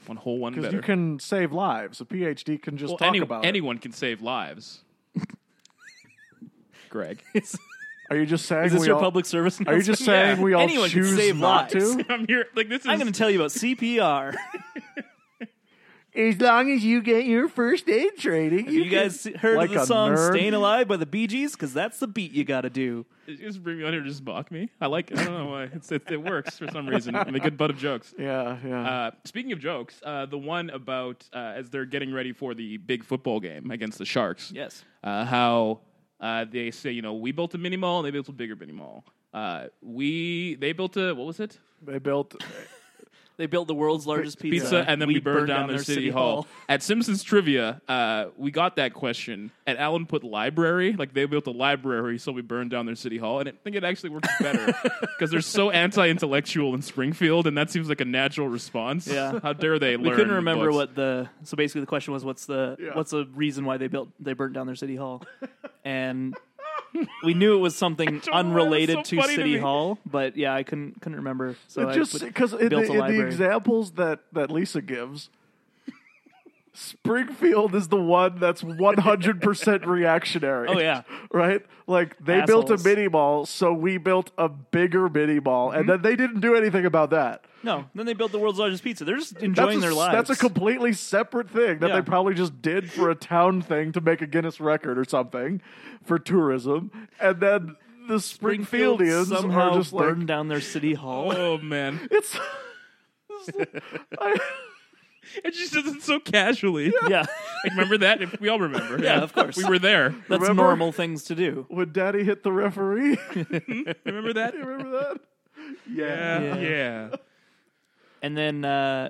C: One whole one
A: because
C: better.
A: you can save lives. A PhD can just
C: well,
A: talk
C: any-
A: about it.
C: anyone can save lives. Greg.
B: Is
A: Are you just saying
B: this
A: we
B: your
A: all?
B: public service?
A: are you just
B: announcement?
A: saying we all
B: Anyone can
A: choose
B: save
A: not
B: lives.
A: to?
C: I'm here. Like this is.
B: I'm going to tell you about CPR.
A: As long as you get your first aid training,
B: you guys
A: can-
B: heard
A: like
B: of the
A: a
B: song
A: nerd.
B: "Staying Alive" by the Bee Gees? Because that's the beat you got to do.
C: You just bring me on here to just mock me. I like it. I don't know why. It's, it, it works for some reason. I'm a good butt of jokes.
A: Yeah, yeah.
C: Uh, speaking of jokes, uh, the one about uh, as they're getting ready for the big football game against the Sharks.
B: Yes.
C: Uh, how uh, they say, you know, we built a mini mall and they built a bigger mini mall. Uh, we they built a what was it
A: they built.
B: They built the world's largest pizza,
C: pizza and then we, burned, down, their, city, hall. At Simpsons Trivia, uh, we got that question, and Alan put library like they built a library, so we burned down their city hall, and I think it actually works better because they're so anti-intellectual in Springfield, and that seems like a natural response.
B: Yeah.
C: how dare they?
B: We
C: learn
B: couldn't remember
C: books?
B: what the so basically the question was what's the
A: Yeah.
B: what's the reason why they built they burnt down their city hall, and we knew it was something
C: don't know why
B: unrelated
C: that's so
B: to
C: funny to
B: city
C: me.
B: hall, but yeah, I couldn't couldn't remember. So
A: It
B: I
A: just
B: put-
A: because in,
B: built
A: the,
B: a
A: in the
B: library.
A: examples that that Lisa gives, Springfield is the one that's one hundred percent reactionary.
B: Oh, yeah.
A: right. Like they built a
B: Assholes.
A: mini mall, so we built a bigger mini mall,
B: Mm-hmm.
A: and then they didn't do anything about that.
B: no, then they built the world's largest pizza. They're just
A: That's
B: enjoying
A: a,
B: their
A: s-
B: lives.
A: That's a completely separate thing that
B: Yeah.
A: they probably just did for a town thing to make a Guinness record or something for tourism, and then the
B: Springfield
A: Springfieldians
B: somehow
A: are just
B: burned
A: like
B: down their city hall.
C: Oh man,
A: it's. I-
C: it just does it so casually.
B: yeah,
C: Like, remember that? If we all remember.
B: Yeah, of course.
C: We were there.
B: that's
A: Remember?
B: normal things to do.
A: when daddy hit the referee.
C: Remember that?
A: Remember that?
C: Yeah,
B: Yeah.
C: yeah.
B: And then uh,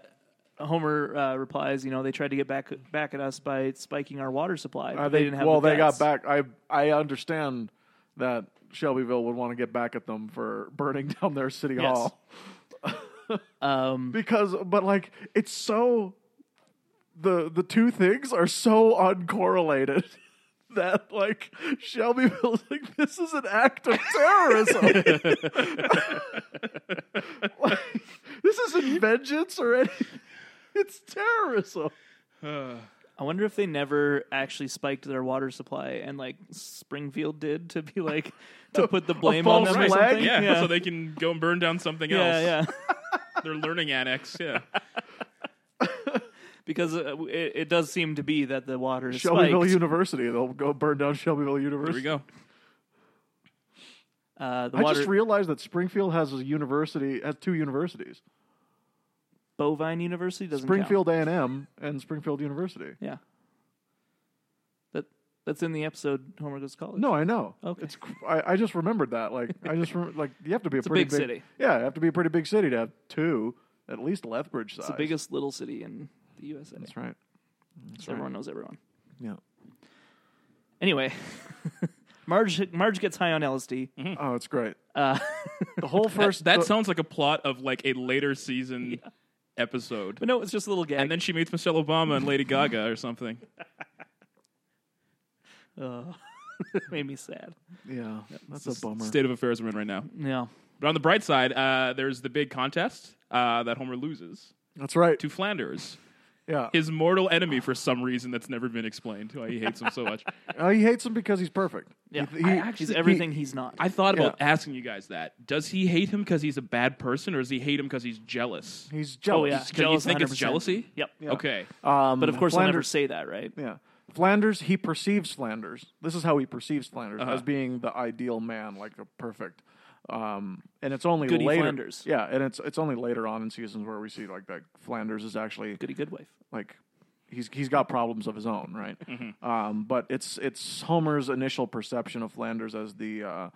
B: Homer uh, replies, "You know, they tried to get back back at us by spiking our water supply. but
A: Uh,
B: they, didn't have.
A: well,
B: the
A: they got
B: guts.
A: back. I I understand that Shelbyville would want to get back at them for burning down their city
B: Yes.
A: hall
B: Um,
A: because, but like it's so the the two things are so uncorrelated. That like Shelbyville's like this is an act of terrorism. like, this isn't vengeance or anything. It's terrorism.
B: I wonder if they never actually spiked their water supply, and like Springfield did to be like to put the blame on
A: false
B: them or
A: flag?
B: something.
C: Yeah,
B: yeah,
C: so they can go and burn down something
B: yeah,
C: else.
B: yeah.
C: They're learning annex. Yeah.
B: because uh, it, it does seem to be that the water is
A: Shelbyville
B: spiked.
A: University. They'll go burn down Shelbyville University.
C: There we go.
B: uh, the
A: I
B: water
A: just realized that Springfield has a university has two universities:
B: bovine university doesn't count.
A: Springfield A and M and Springfield University.
B: Yeah, that that's in the episode Homer goes to college.
A: No, I know.
B: Okay.
A: It's cr- I, I just remembered that. Like I just remem- like you have to be a
B: a
A: pretty
B: big city.
A: Yeah, you have to be a pretty big city to have two, at least Lethbridge size.
B: it's the biggest little city in the USA.
A: That's right.
B: so everyone knows everyone.
A: Yeah.
B: Anyway, Marge Marge gets high on LSD.
A: Oh, it's great.
B: Uh,
A: The whole first
C: That
A: the-
C: sounds like a plot of like a later season episode.
B: but no, it's just a little gag.
C: And then she meets Michelle Obama and Lady Gaga or something.
B: Ugh. made me sad.
A: yeah, that's a bummer.
C: State of affairs we're in right now.
B: Yeah.
C: But on the bright side, uh, there's the big contest uh, that Homer loses
A: That's right.
C: to Flanders,
A: Yeah.
C: his mortal enemy for some reason that's never been explained. Why he hates him so much.
A: Oh, he hates him because he's perfect.
B: Yeah.
A: He- he-
B: I- actually, he's everything he's not.
C: I thought
A: Yeah.
C: about asking you guys that. Does he hate him because he's a bad person, or does he hate him because he's jealous?
A: he's
B: oh,
A: jealous.
B: yeah.
C: you
B: Jealous
C: think it's
B: 100%.
C: jealousy?
B: Yep.
C: Okay,
A: Um,
B: But of course, I'll never
A: Flanders
B: say that, right?
A: Yeah. Flanders, he perceives Flanders. This is how he perceives Flanders
B: Uh-huh.
A: as being the ideal man, like a perfect. Um, and it's only
B: Goody
A: later,
B: Flanders.
A: yeah, and it's it's only later on in seasons where we see like that Flanders is actually
B: Goody good wife.
A: like he's he's got problems of his own, right?
B: Mm-hmm.
A: Um, but it's it's Homer's initial perception of Flanders as the uh,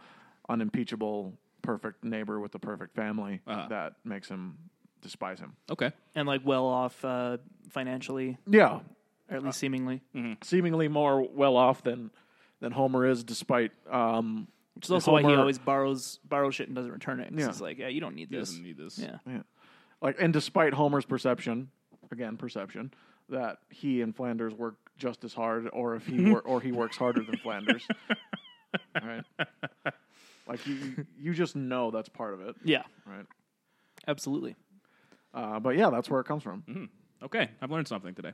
A: unimpeachable, perfect neighbor with the perfect family
B: Uh-huh.
A: that makes him despise him.
C: okay.
B: And like well off uh, financially,
A: Yeah,
B: or at least seemingly,
A: seemingly more well off than than Homer is, despite um,
B: which is also why he
A: Homer-
B: always borrows borrows shit and doesn't return it. 'cause
A: Yeah.
B: He's like, yeah, you don't need
C: He
B: this.
C: doesn't need this.
B: Yeah.
A: yeah. like and despite Homer's perception again perception that he and Flanders work just as hard, or if he wor- or he works harder than Flanders. All right. Like you- you, you just know that's part of it,
B: Yeah,
A: right?
B: absolutely.
A: Uh, but yeah, that's where it comes from.
C: Okay, I've learned something today.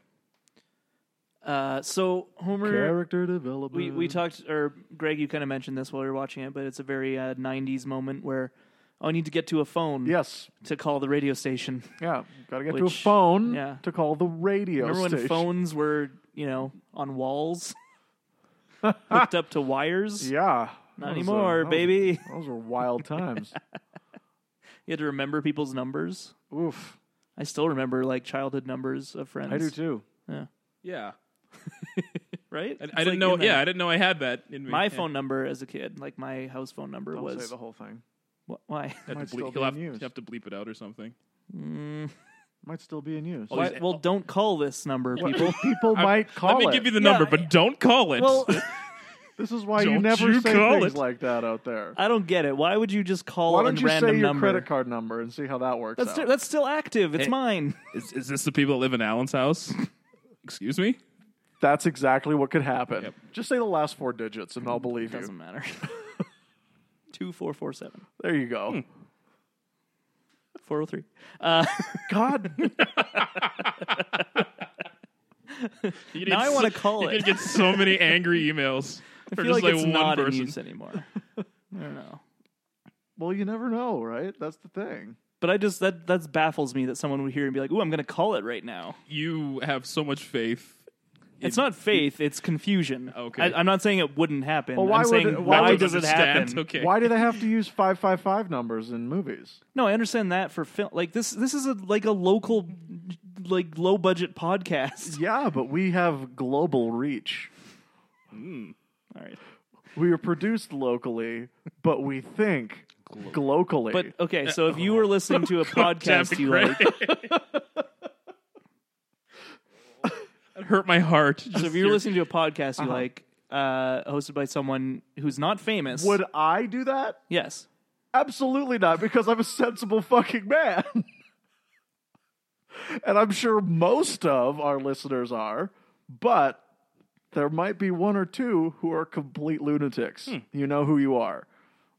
B: Uh, so Homer,
A: Character development.
B: we we talked, or Greg, you kind of mentioned this while we were watching it, but it's a very uh, '90s moment where oh, I need to get to a phone
A: Yes.
B: to call the radio station.
A: Yeah. Got to get to a
B: Which-
A: phone
B: yeah.
A: to call the radio
B: Remember when
A: station.
B: phones were you know on walls, hooked up to wires?
A: Yeah.
B: Not
A: That was a-
B: anymore,
A: that was-
B: baby.
A: those were wild times.
B: You had to remember people's numbers.
A: Oof.
B: I still remember like childhood numbers of friends.
A: I do too.
C: Yeah,
B: Right?
C: I,
B: It's
C: I
B: like
C: didn't know.
B: in there.
C: Yeah, I didn't know I had that in me.
B: my
C: Yeah.
B: phone number as a kid, like my house phone number
A: Don't say
B: was.
A: the whole thing.
B: Wh- Why?
C: Have to
A: Might
C: ble-
A: still
C: he'll
A: be
C: have,
A: in use.
C: he'll have to bleep it out or something.
B: Mm,
A: Might still be in use.
C: All these-
B: why- well, don't call this number, people.
A: People, people might call
C: Let me
A: it.
C: give you the
B: Yeah,
C: number, but don't call it.
B: well,
A: this is why you
C: Don't
A: never
C: you
A: say
C: call
A: things
C: it.
A: like that out there.
B: I don't get it. Why would you just call
A: Why
B: a
A: don't you
B: random
A: say your
B: number?
A: credit card number and see how that works
B: that's
A: out?
B: sti- that's still active. It's
C: Hey.
B: mine.
C: is, is this the people that live in Alan's house? Excuse me.
A: That's exactly what could happen. Just say the last four digits and I'll believe you.
B: Doesn't matter. Two four four seven
A: There you go.
B: four zero three.
A: God,
C: You
B: Now
C: need
B: I wanna
C: so-
B: call
C: you
B: it.
C: could get so many angry emails.
B: I
C: for
B: feel
C: just
B: like,
C: like
B: it's
C: one
B: not
C: person.
B: in use anymore. I don't know.
A: well, you never know, right? That's the thing.
B: But I just that that baffles me that someone would hear and be like, "Ooh, I'm going to call it right now."
C: You have so much faith.
B: It's not faith; it's confusion.
C: Okay.
B: I, I'm not saying it wouldn't happen.
A: Well, why
B: I'm
A: would
B: saying
A: it-
B: why,
A: why would
B: does it
C: understand?
B: happen?
C: Okay.
A: Why do they have to use five five five numbers in movies?
B: No, I understand that for film. Like this, this is a like a local, like low budget podcast.
A: Yeah, but we have global reach.
B: All right,
A: We are produced locally, but we think globally.
B: but okay. So if you were listening to a podcast,
C: Damn it,
B: you
C: Greg.
B: like.
C: It hurt my heart.
B: So if you're listening to a podcast, you
C: Uh-huh.
B: like, uh, hosted by someone who's not famous.
A: Would I do that?
B: yes.
A: Absolutely not, because I'm a sensible fucking man. and I'm sure most of our listeners are, but there might be one or two who are complete lunatics.
B: Hmm.
A: You know who you are.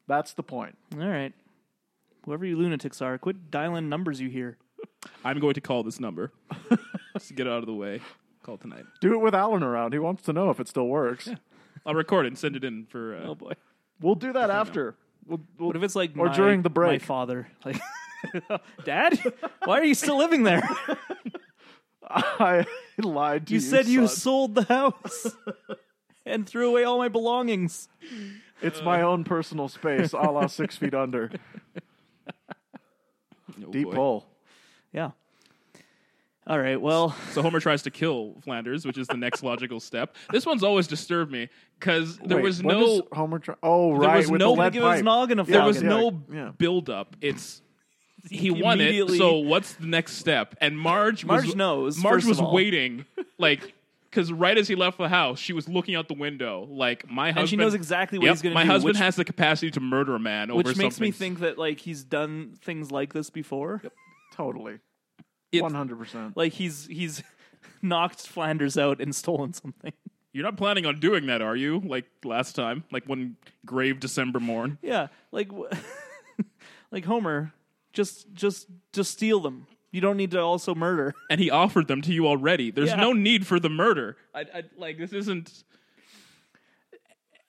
A: That's the point.
B: All right. Whoever you lunatics are, quit dialing numbers you hear.
C: I'm going to call this number. Just to get it out of the way. Call tonight.
A: Do it with Alan around. He wants to know if it still works.
C: I'll record it and send it in for. Uh,
B: Oh boy.
A: We'll do that after. We'll, we'll,
B: What if it's like
A: Or
B: my-
A: during the break.
B: My father, like, Dad, why are you still living there?
A: I lied to you.
B: You said you
A: son.
B: sold the house and threw away all my belongings.
A: It's my
B: Uh.
A: own personal space, a la six feet under.
C: oh
A: Deep
C: boy.
A: hole.
B: Yeah. All right. Well,
C: So Homer tries to kill Flanders, which is the next logical step. This one's always disturbed me because there
A: Wait,
C: was
A: what
C: no
A: is Homer. Try- oh, right.
C: was
A: with
C: no-
A: the lead
B: give his
A: pipe.
B: noggin a
A: Yeah,
C: there was
A: yeah,
C: no
A: yeah.
C: build up. It's he won it.
B: immediately-
C: So what's the next step? And Marge,
B: Marge
C: was,
B: knows,
C: Marge
B: first of
C: was
B: all.
C: waiting, like because right as he left the house, she was looking out the window, like my husband.
B: she knows exactly what
C: Yep,
B: he's gonna
C: My
B: do,
C: husband
B: which-
C: has the capacity to murder a man over
B: which makes me
C: something.
B: think that like he's done things like this before.
A: Totally.
C: It's-
A: One hundred percent.
B: Like he's he's knocked Flanders out and stolen something.
C: You're not planning on doing that, are you? Like last time, like one grave December morn.
B: Yeah, like wh- like Homer, just just just steal them. You don't need to also murder.
C: and he offered them to you already. There's
B: Yeah.
C: no need for the murder. I, I like this isn't.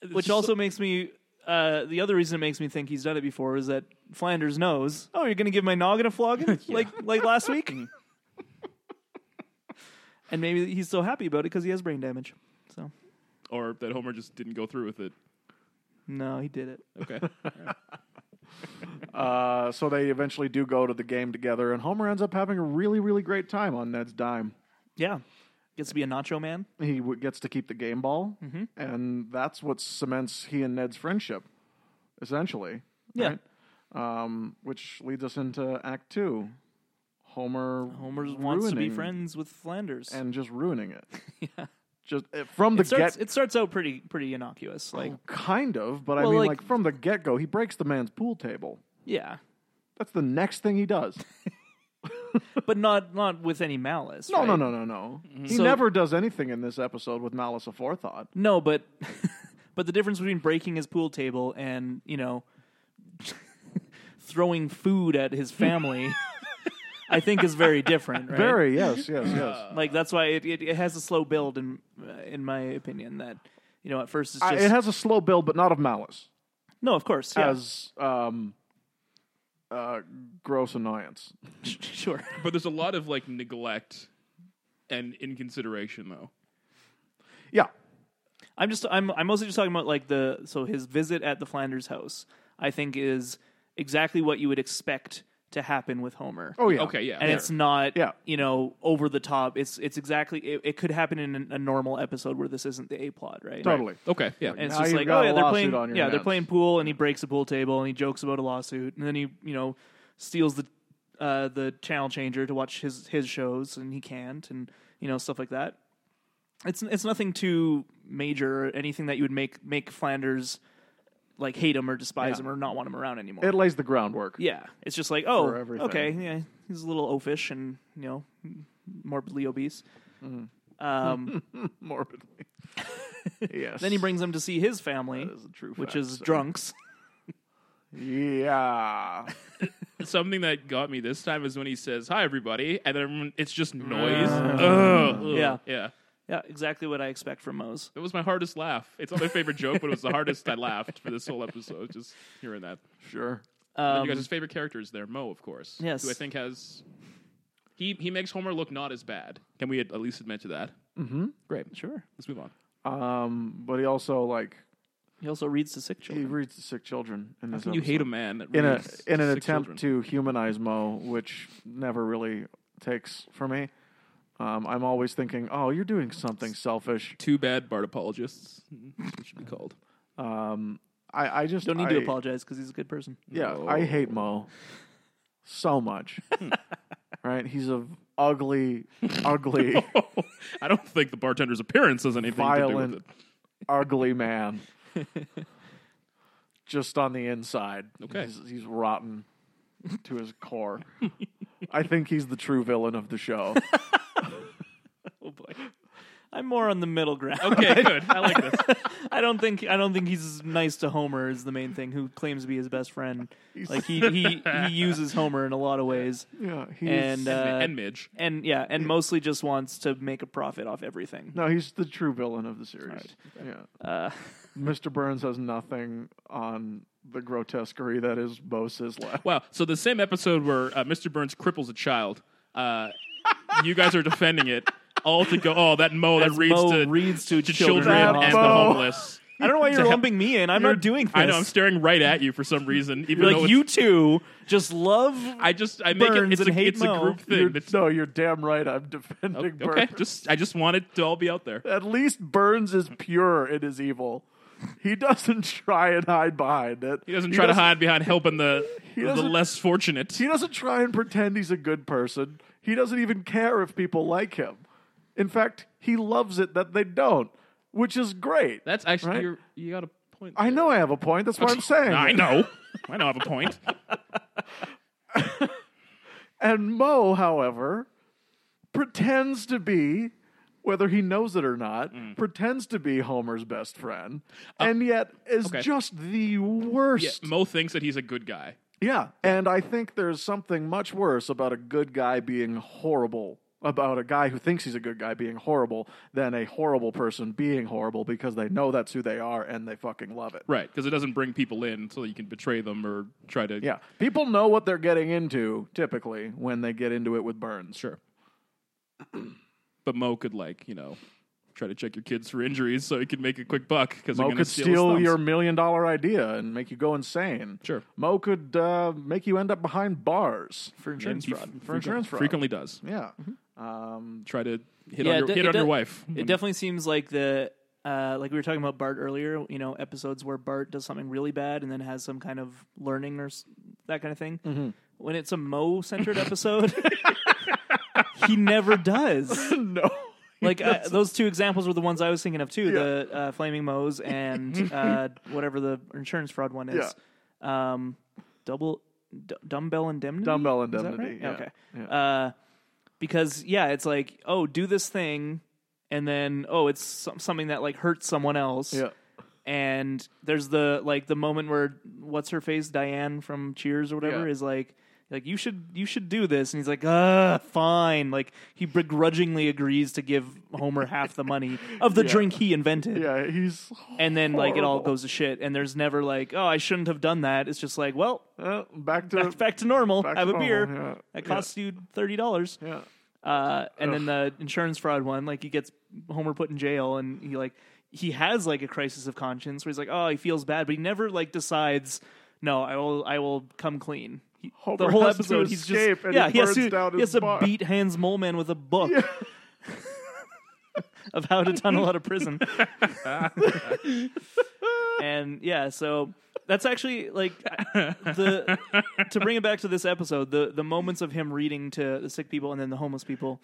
B: Which also makes me uh, the other reason it makes me think he's done it before is that Flanders knows. Oh, you're gonna give my noggin a flogging like like last week. and maybe he's so happy about it because he has brain damage. So
C: or that Homer just didn't go through with it.
B: no, he did it.
C: Okay,
A: Uh, so they eventually do go to the game together, and Homer ends up having a really, really great time on Ned's dime.
B: Yeah, gets to be a Nacho Man.
A: He w- gets to keep the game ball,
B: Mm-hmm.
A: and that's what cements he and Ned's friendship, essentially.
B: Yeah.
A: right? Um, which leads us into Act Two. Homer
B: Homer wants to be
A: ruining-
B: friends with Flanders.
A: and just ruining it. yeah. Just uh, from the
B: it starts,
A: get Oh.
B: it starts out pretty pretty innocuous. Like
A: Kind of, but I
B: Well,
A: mean,
B: like-
A: like, from the get go, he breaks the man's pool table.
B: yeah,
A: That's the next thing he does.
B: but not not with any malice.
A: No,
B: right? Mm-hmm.
A: no, no, no, no. He
B: So-
A: never does anything in this episode with malice aforethought.
B: No, but but the difference between breaking his pool table and you know throwing food at his family, I think is very different. Right?
A: Very, yes, yes, yes.
B: like that's why it, it, it has a slow build in uh, in my opinion. That you know at first it's
A: I-
B: Uh, just
A: it has a slow build, but not of malice.
B: no, of course, yeah,
A: As um, uh, gross annoyance.
B: sure.
C: But there's a lot of like neglect and inconsideration though.
A: Yeah.
B: I'm just I'm I'm mostly just talking about like the so his visit at the Flanders house I think is exactly what you would expect to happen with Homer.
A: Oh yeah.
C: Okay, yeah.
B: And
C: fair.
B: it's not,
A: Yeah.
B: you know, over the top. It's it's exactly. It, it could happen in an- a normal episode where this isn't the a plot, right?
A: Totally.
C: okay, yeah.
B: And it's
A: Now
B: just
A: you've
B: like,
A: got
B: oh
A: a
B: yeah, they're
A: lawsuit
B: playing,
A: on your
B: yeah, they're
A: hands.
B: playing pool, and he breaks a pool table, and he jokes about a lawsuit, and then he, you know, steals the uh, the channel changer to watch his his shows, and he can't, and you know, stuff like that. It's it's nothing too major, or anything that you would make make Flanders like hate him or despise him or not want him around anymore.
A: It lays the groundwork.
B: Yeah, it's just like oh,
A: For everything.
B: okay, yeah, he's a little oafish and you know morbidly obese.
A: Mm-hmm.
B: Um,
A: Morbidly. yes.
B: then he brings him to see his family,
A: That is a true
B: which
A: fact,
B: is
A: so-
B: drunks.
A: Yeah.
C: Something that got me this time is when he says, "Hi everybody," and then everyone- it's just noise. Ugh, ugh.
B: Yeah.
C: yeah.
B: yeah, exactly what I expect from Moe's.
C: That was my hardest laugh. It's not my favorite joke, but it was the hardest I laughed for this whole episode. Just hearing that.
A: Sure.
C: And
B: Um,
C: you guys' favorite character is there, Mo, of course.
B: Yes.
C: Who I think has he he makes Homer look not as bad. Can we at at least admit to that? Mm-hmm. Great. Sure. Let's move on.
A: Um, but he also like
B: he also reads to sick
A: he
B: children.
A: reads the sick children. In this
C: Can you
A: episode.
C: hate a man that
A: in a
C: reads
A: in an
C: sick
A: attempt to
C: children?
A: humanize Mo, which never really takes for me. Um, I'm always thinking, "Oh, you're doing something selfish."
C: Too bad Bart apologists it should be called.
A: Um, I, I just
B: Don't need
A: I-
B: to apologize because he's a good person.
A: Yeah, I hate Mo so much.
C: Hmm.
A: right? He's a ugly, ugly,
C: I don't think the bartender's appearance has anything to do
A: violent,
C: with
A: ugly man. Just on the inside.
C: Okay.
A: He's, he's rotten to his core. I think he's the true villain of the show.
B: Oh boy, I'm more on the middle ground.
C: it. Okay, good. I like this.
B: I don't think I don't think he's nice to Homer is the main thing. Who claims to be his best friend? Like he he he uses Homer in a lot of ways.
A: Yeah, he's
B: And, uh,
C: and Midge.
B: and yeah, and mostly just wants to make a profit off everything.
A: no, he's the true villain of the series. Yeah,
B: Uh,
A: Mr. Burns has nothing on the grotesquerie that is Bo Sislak.
C: Wow. So the same episode where uh, Mr. Burns cripples a child, uh, you guys are defending it all to go. Oh, that Mo that
B: As
C: reads
B: Mo
C: to
B: reads to
C: to
B: children
C: children,
B: in
C: and the
A: hospital.
C: homeless.
B: I don't know why you're
C: help-
B: lumping me in. I'm not doing this.
C: I know I'm staring right at you for some reason. Even
B: You're
C: though
B: like
C: it's,
B: you two just love.
C: I just I make
B: Burns
C: it. It's,
B: and
C: a,
B: hate
C: it's
B: Mo.
C: a group
A: You're-
C: thing. That's,
A: no, you're damn right. I'm defending
C: okay,
A: Burns.
C: just I just want it to all be out there.
A: At least Burns is pure in his evil. He doesn't try and hide behind it.
C: He doesn't try to hide behind helping the the
A: doesn't-
C: less fortunate.
A: He doesn't try and pretend he's a good person. He doesn't even care if people like him. In fact, he loves it that they don't, which is great.
C: That's actually
A: Right?
C: your, you got a point.
A: I
C: there.
A: know I have a point. That's what I'm saying.
C: I know. I know. I have a point.
A: And Mo, however, pretends to be, whether he knows it or not,
C: Mm.
A: pretends to be Homer's best friend, and yet is
C: Uh, okay.
A: just the
C: Yeah,
A: worst. Yeah.
C: Mo thinks that he's a good guy.
A: and I think there's something much worse about a good guy being horrible. About a guy who thinks he's a good guy being horrible than a horrible person being horrible because they know that's who they are and they fucking love it.
C: Right, because it doesn't bring people in so that you can betray them or try to.
A: Yeah. People know what they're getting into typically when they get into it with Burns.
C: Sure. but Mo could, like, you know, try to check your kids for injuries so he could make a quick buck because they're
A: Mo
C: going to
A: could
C: steal,
A: steal,
C: his thumbs.
A: your million dollar idea and make you go insane.
C: Sure.
A: Mo could uh, make you end up behind bars.
B: for
C: And
B: insurance
C: he
B: fraud.
C: f-
A: For insurance fraud.
C: Frequently does.
A: Yeah. Um,
C: Try to hit
B: Yeah,
C: on
B: it
C: your,
B: de-
C: hit
B: it
C: on your
B: de-
C: wife. Mm.
B: It definitely seems like the uh, like we were talking about Bart earlier. You know, episodes where Bart does something really bad and then has some kind of learning or s- that kind of thing.
C: Mm-hmm.
B: When it's a Mo centered episode, he never does.
A: no.
B: Like uh, those two examples were the ones I was thinking of too: the uh, flaming Moe's and uh, whatever the insurance fraud one is. Um, double D- dumbbell indemnity.
A: Dumbbell
B: Is that
A: indemnity,
B: right?
A: yeah.
B: Okay.
A: Yeah.
B: Uh, because yeah, it's like oh, do this thing, and then oh, it's some, something that like hurts someone else.
A: Yeah.
B: And there's the like the moment where what's her face Diane from Cheers or whatever
A: Yeah.
B: is like like you should you should do this, and he's like ah fine. Like he begrudgingly agrees to give Homer half the money of the drink he invented
A: Yeah, he's
B: and then like it all
A: Horrible.
B: goes to shit and there's never like oh i shouldn't have done that it's just like well
A: uh, back to
B: back, back to normal
A: back
B: have
A: to
B: a
A: normal,
B: beer
A: yeah.
B: that
A: Yeah.
B: costs you $30
A: yeah.
B: uh, and then the insurance fraud one like he gets homer put in jail and he like he has like a crisis of conscience where he's like oh he feels bad but he never like decides no i will i will come clean He-
A: Homer
B: the whole
A: has to
B: episode he's
A: escape
B: just
A: and
B: yeah
A: he
B: he has
A: burns
B: to
A: down
B: he
A: his
B: has to
A: bar.
B: beat hans moleman with a book of how to tunnel out of prison and yeah, so that's actually like the to bring it back to this episode, the the moments of him reading to the sick people and then the homeless people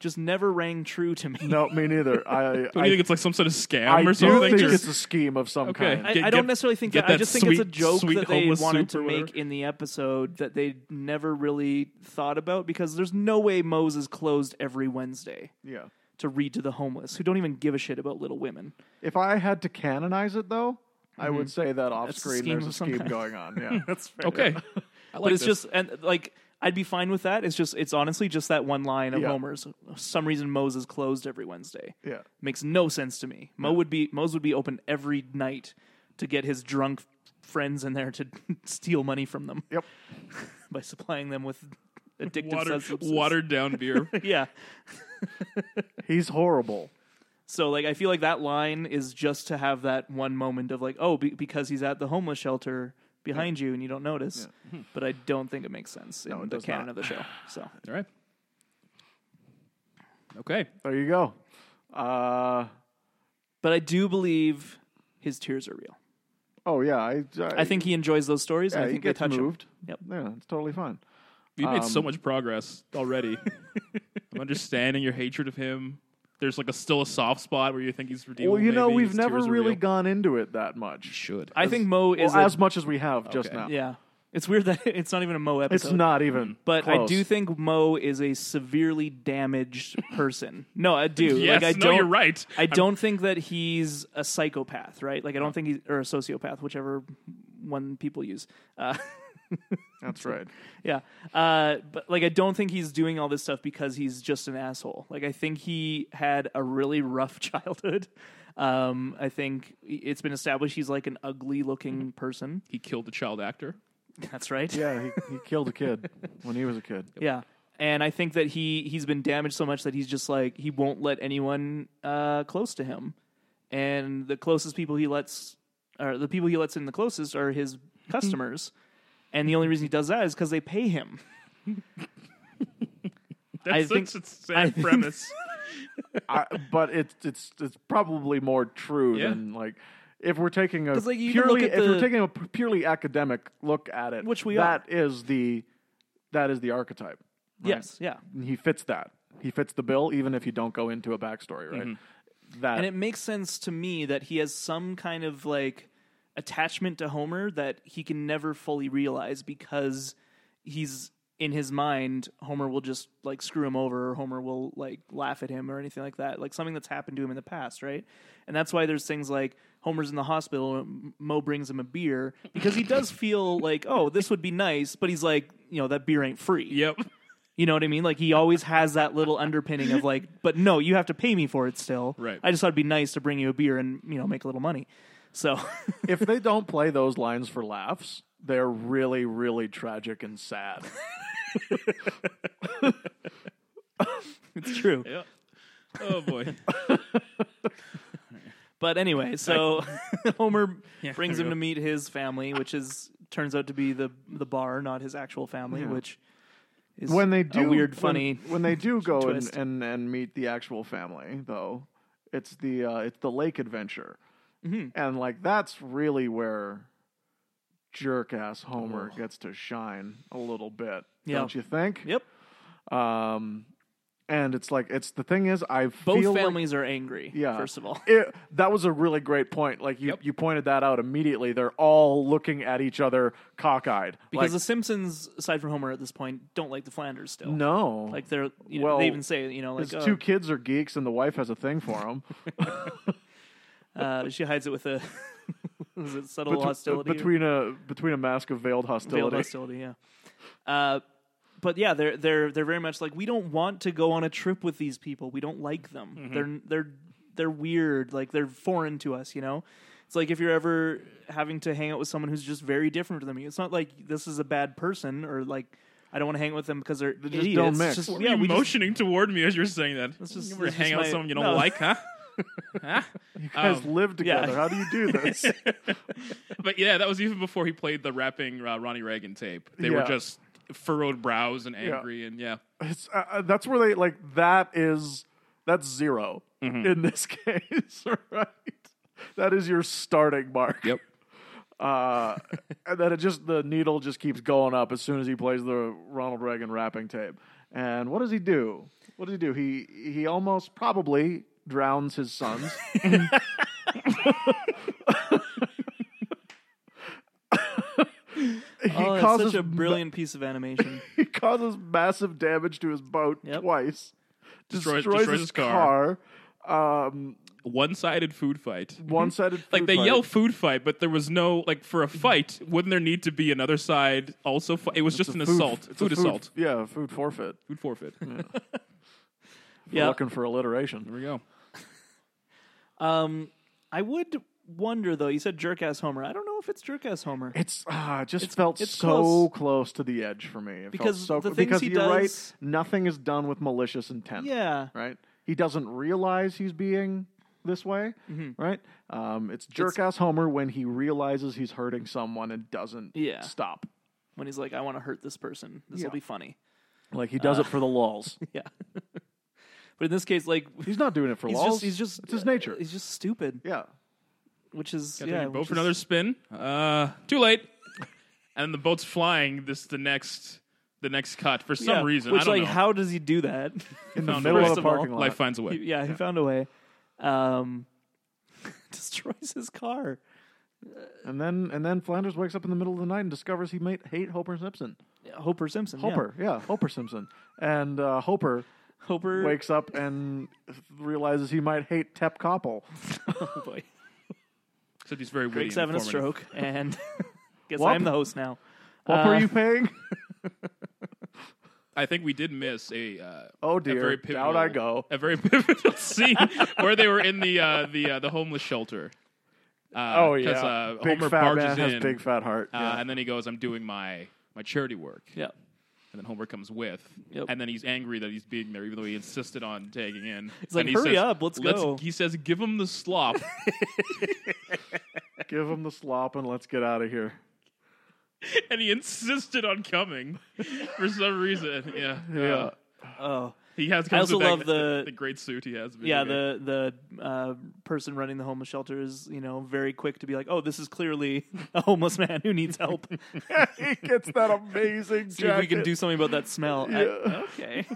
B: just never rang true to me.
A: No, me neither. I
C: Don't you think it's like some sort of scam
A: I, I
C: or
A: do
C: something?
A: think
C: Just-
A: it's a scheme of some
C: Okay.
A: kind.
B: I,
C: Get-
B: I don't
C: get-
B: necessarily think
C: get
B: that. I
C: that
B: just think
C: sweet-
B: it's a joke
C: sweet
B: that they
C: homeless
B: wanted to
C: soup or
B: make
C: whatever.
B: in the episode that they never really thought about because there's no way Moe's is closed every Wednesday
A: yeah.
B: to read to the homeless who don't even give a shit about Little Women.
A: If I had to canonize it though, I would say that off
B: That's a
A: screen
B: scheme
A: there's
B: of
A: a
B: some
A: scheme
B: kind.
A: going on. Yeah. That's fair.
C: okay. I like
B: but it's
C: this.
B: just and like I'd be fine with that. It's just it's honestly just that one line of
A: Yeah.
B: Homer's. For some reason Moe's is closed every Wednesday.
A: Yeah.
B: Makes no sense to me. Mo would be Moe's would be open every night to get his drunk friends in there to steal money from them
A: Yep.
B: by supplying them with addictive
C: water,
B: substances.
C: watered down beer.
B: Yeah.
A: He's horrible.
B: So like I feel like that line is just to have that one moment of like oh be- because he's at the homeless shelter behind you and you don't notice. But I don't think it makes sense in
A: Hmm. it
B: the
A: does
B: canon
A: not.
B: of the show. So
C: All right. Okay.
A: There you go. Uh
B: but I do believe his tears are real.
A: oh yeah, I I,
B: I think he enjoys those stories. and
A: yeah,
B: I
A: he
B: think they
A: gets
B: touch him.
A: moved.
B: Yep.
A: Yeah, it's totally fine.
C: You made so
A: Um,
C: much progress already. I'm understanding your hatred of him. There's like a still a soft spot where you think he's redeemable.
A: Well, you know,
C: maybe
A: we've
C: his
A: never
C: tears are
A: really
C: real.
A: gone into it that much.
C: should.
B: I think Mo is
A: Well,
B: a-
A: as much as we have just
C: Okay.
A: now.
B: yeah. It's weird that it's not even a Mo
A: It's
B: episode.
A: not even.
B: But I
A: close.
B: do think Mo is a severely damaged person. no, I do.
C: Yes,
B: like I
C: no,
B: don't.
C: you're right.
B: I don't think that he's a psychopath, right? Like I don't think he's or a sociopath, whichever one people use. Uh,
A: that's right.
B: Yeah. Uh, but like, I don't think he's doing all this stuff because he's just an asshole. Like, I think he had a really rough childhood. Um, I think it's been established he's like an ugly looking person.
C: he killed the child actor.
B: That's right.
A: Yeah, he, he killed a kid when he was a kid.
B: Yeah. And I think that he he's been damaged so much that he's just like he won't let anyone uh, close to him, and the closest people he lets, or the people he lets in the closest are his customers, and the only reason he does that is because they pay him.
C: That's
B: I
C: such
B: think-
C: a sad
B: I think-
C: premise.
A: I, but it's it's it's probably more true
C: Yeah.
A: than like if we're taking a
B: 'Cause, like, you even
A: purely
B: look at
A: if we're
B: the-
A: taking a p- purely academic look at it,
B: Which we
A: that is the that is the archetype. right?
B: Yes. Yeah.
A: And he fits that. He fits the bill, even if you don't go into a backstory, right? That
B: And it makes sense to me that he has some kind of like attachment to Homer that he can never fully realize because he's in his mind Homer will just like screw him over or Homer will like laugh at him or anything like that like something that's happened to him in the past right and that's why there's things like Homer's in the hospital and Mo brings him a beer because he does feel like oh this would be nice but he's like you know that beer ain't free
C: yep.
B: you know what I mean? Like he always has that little underpinning of like, but no, you have to pay me for it still.
C: Right.
B: I just thought it'd be nice to bring you a beer and you know make a little money. So
A: if they don't play those lines for laughs, they're really, really tragic and sad.
B: it's true.
C: Yep. Oh boy.
B: But anyway, so Homer brings
C: there
B: him
C: we
B: to meet his family, which is turns out to be the the bar, not his actual family, which is
A: when they do
B: a weird,
A: when-
B: funny.
A: when, they do go and,
B: twist.
A: and and meet the actual family though it's the uh it's the lake adventure and like that's really where jerk ass homer gets to shine a little bit
B: Yeah.
A: don't you think
B: Yep.
A: um And it's like it's the thing is I
B: Both
A: feel like-
B: families are angry.
A: yeah.
B: First of all,
A: It, that was a really great point. Like you,
C: Yep.
A: you pointed that out immediately. They're all looking at each other cockeyed.
B: because
A: like,
B: the Simpsons, aside from Homer at this point, don't like the Flanders still.
A: no,
B: Like they're you know,
A: Well,
B: they even say you know like
A: his
B: oh,
A: two kids are geeks, and the wife has a thing for them.
B: uh, she hides it with a is it subtle hostility or-
A: between a between a mask of veiled hostility.
B: veiled hostility. Yeah. Uh, but yeah, they're they're they're very much like we don't want to go on a trip with these people. We don't like them.
A: Mm-hmm.
B: They're they're they're weird. Like they're foreign to us. You know, it's like if you're ever having to hang out with someone who's just very different than me. It's not like this is a bad person or like I don't want to hang out with them because they're
A: just
B: idiots.
A: don't
B: It's
A: mix.
B: just-
A: What
B: yeah, we just,
C: motioning toward me as you're saying that. Let's
B: just-
C: you ever
B: this is
C: hang out with
B: my-
C: someone you don't
B: no.
C: like, huh? Huh?
A: guys
C: Um,
A: live
B: yeah.
A: together. How do you do this?
C: but yeah, that was even before he played the rapping uh, Ronnie Reagan tape. They were
A: Yeah.
C: just furrowed brows and angry, and yeah,
A: it's, uh, uh, that's where they like that is that's 0
B: Mm-hmm.
A: in this case, right? That is your starting mark.
C: yep.
A: Uh, and then it just the needle just keeps going up as soon as he plays the Ronald Reagan rapping tape. And what does he do? What does he do? He he almost probably drowns his sons.
B: Oh,
A: he
B: oh, it's
A: causes
B: such a
A: ma-
B: brilliant piece of animation.
A: he causes massive damage to his boat
B: Yep.
A: twice.
C: Destroys- destroys his car.
A: car. Um,
C: One-sided food fight.
A: one-sided.
C: Like
A: food
C: they
A: fight.
C: yell food fight, but there was no like for a fight. Wouldn't there need to be another side also? Fi- it was
A: It's
C: just
A: a
C: an
A: food-
C: assault,
A: it's a
C: food, assault,
A: Yeah, food forfeit.
C: food forfeit. There
A: We're
B: Yeah.
A: looking for alliteration.
C: we go.
B: Um, I would wonder though. You said jerk ass Homer. I don't know if it's jerk ass Homer.
A: It's ah, it just felt
B: it's
A: so
B: close.
A: close. to the edge for me. It felt
B: Because
A: so
B: the
A: cl-
B: things
A: because
B: he
A: you're
B: does-
A: right, nothing is done with malicious intent.
B: Yeah.
A: right. He doesn't realize he's being this way.
B: Mm-hmm.
A: Right. Um, it's jerk ass Homer when he realizes he's hurting someone and doesn't
B: Yeah.
A: stop.
B: when he's like, I want to hurt this person. This will
A: Yeah.
B: be funny.
A: Like he
B: Uh.
A: does it for the lulls.
B: Yeah. but in this case, like
A: He's not doing it for
B: he's
A: lulls.
B: just he's just
A: it's his nature.
B: He's just stupid,
A: yeah.
B: which is
C: Got
B: yeah.
C: your boat
B: which
C: for
B: is-
C: another spin. Uh, too late. and the boat's flying. This the next the next cut for some
B: yeah,
C: reason.
B: Which
C: I don't
B: like,
C: know.
B: how does he do that?
A: In the
C: Found
A: middle of
B: first
A: a
B: of all,
A: parking lot.
C: Life finds a way.
B: He- yeah, he found a way. Um, destroys his car.
A: And then and then Flanders wakes up in the middle of the night and discovers he might hate Homer Simpson.
B: Yeah, Hoper Simpson. yeah.
A: Hoper, yeah, Hoper Simpson. And uh, Hoper
B: Hoper.
A: wakes up and realizes he might hate Tep Koppel.
B: oh boy.
C: Except he's very witty.
B: Greg's
C: and
B: having a
C: informative.
B: stroke, and guess
A: Whop.
B: I'm the host now.
A: What were
B: Uh,
A: you paying?
C: I think we did miss a. Uh,
A: Oh
C: a
A: dear,
C: very
A: out
C: pivotal,
A: I go.
C: A very pivotal scene where they were in the uh, the uh, the homeless shelter. Uh,
A: Oh
C: 'cause,
A: yeah,
C: uh,
A: big
C: Homer
A: fat
C: barges
A: man has
C: in,
A: big fat heart.
C: uh,
A: yeah.
C: and then he goes, "I'm doing my my charity work,"
B: Yeah.
C: and then Homer comes with,
B: Yep.
C: and then he's angry that he's being there, even though he insisted on tagging in. He's
B: like,
C: and he
B: "Hurry
C: says,
B: up, let's go."
C: He says, "Give him the slop."
A: Give him the slop and let's get out of here.
C: and he insisted on coming for some reason. Yeah,
A: Yeah,
C: Uh,
B: Oh.
C: he has.
B: I
C: comes
B: also
C: with that-
B: love the-
C: the great suit he has.
B: yeah the the uh, person running the homeless shelter is you know very quick to be like oh this is clearly a homeless man who needs help
A: he gets that amazing
B: see if we can
A: jacket.
B: do something about that smell I-
A: Yeah.
B: okay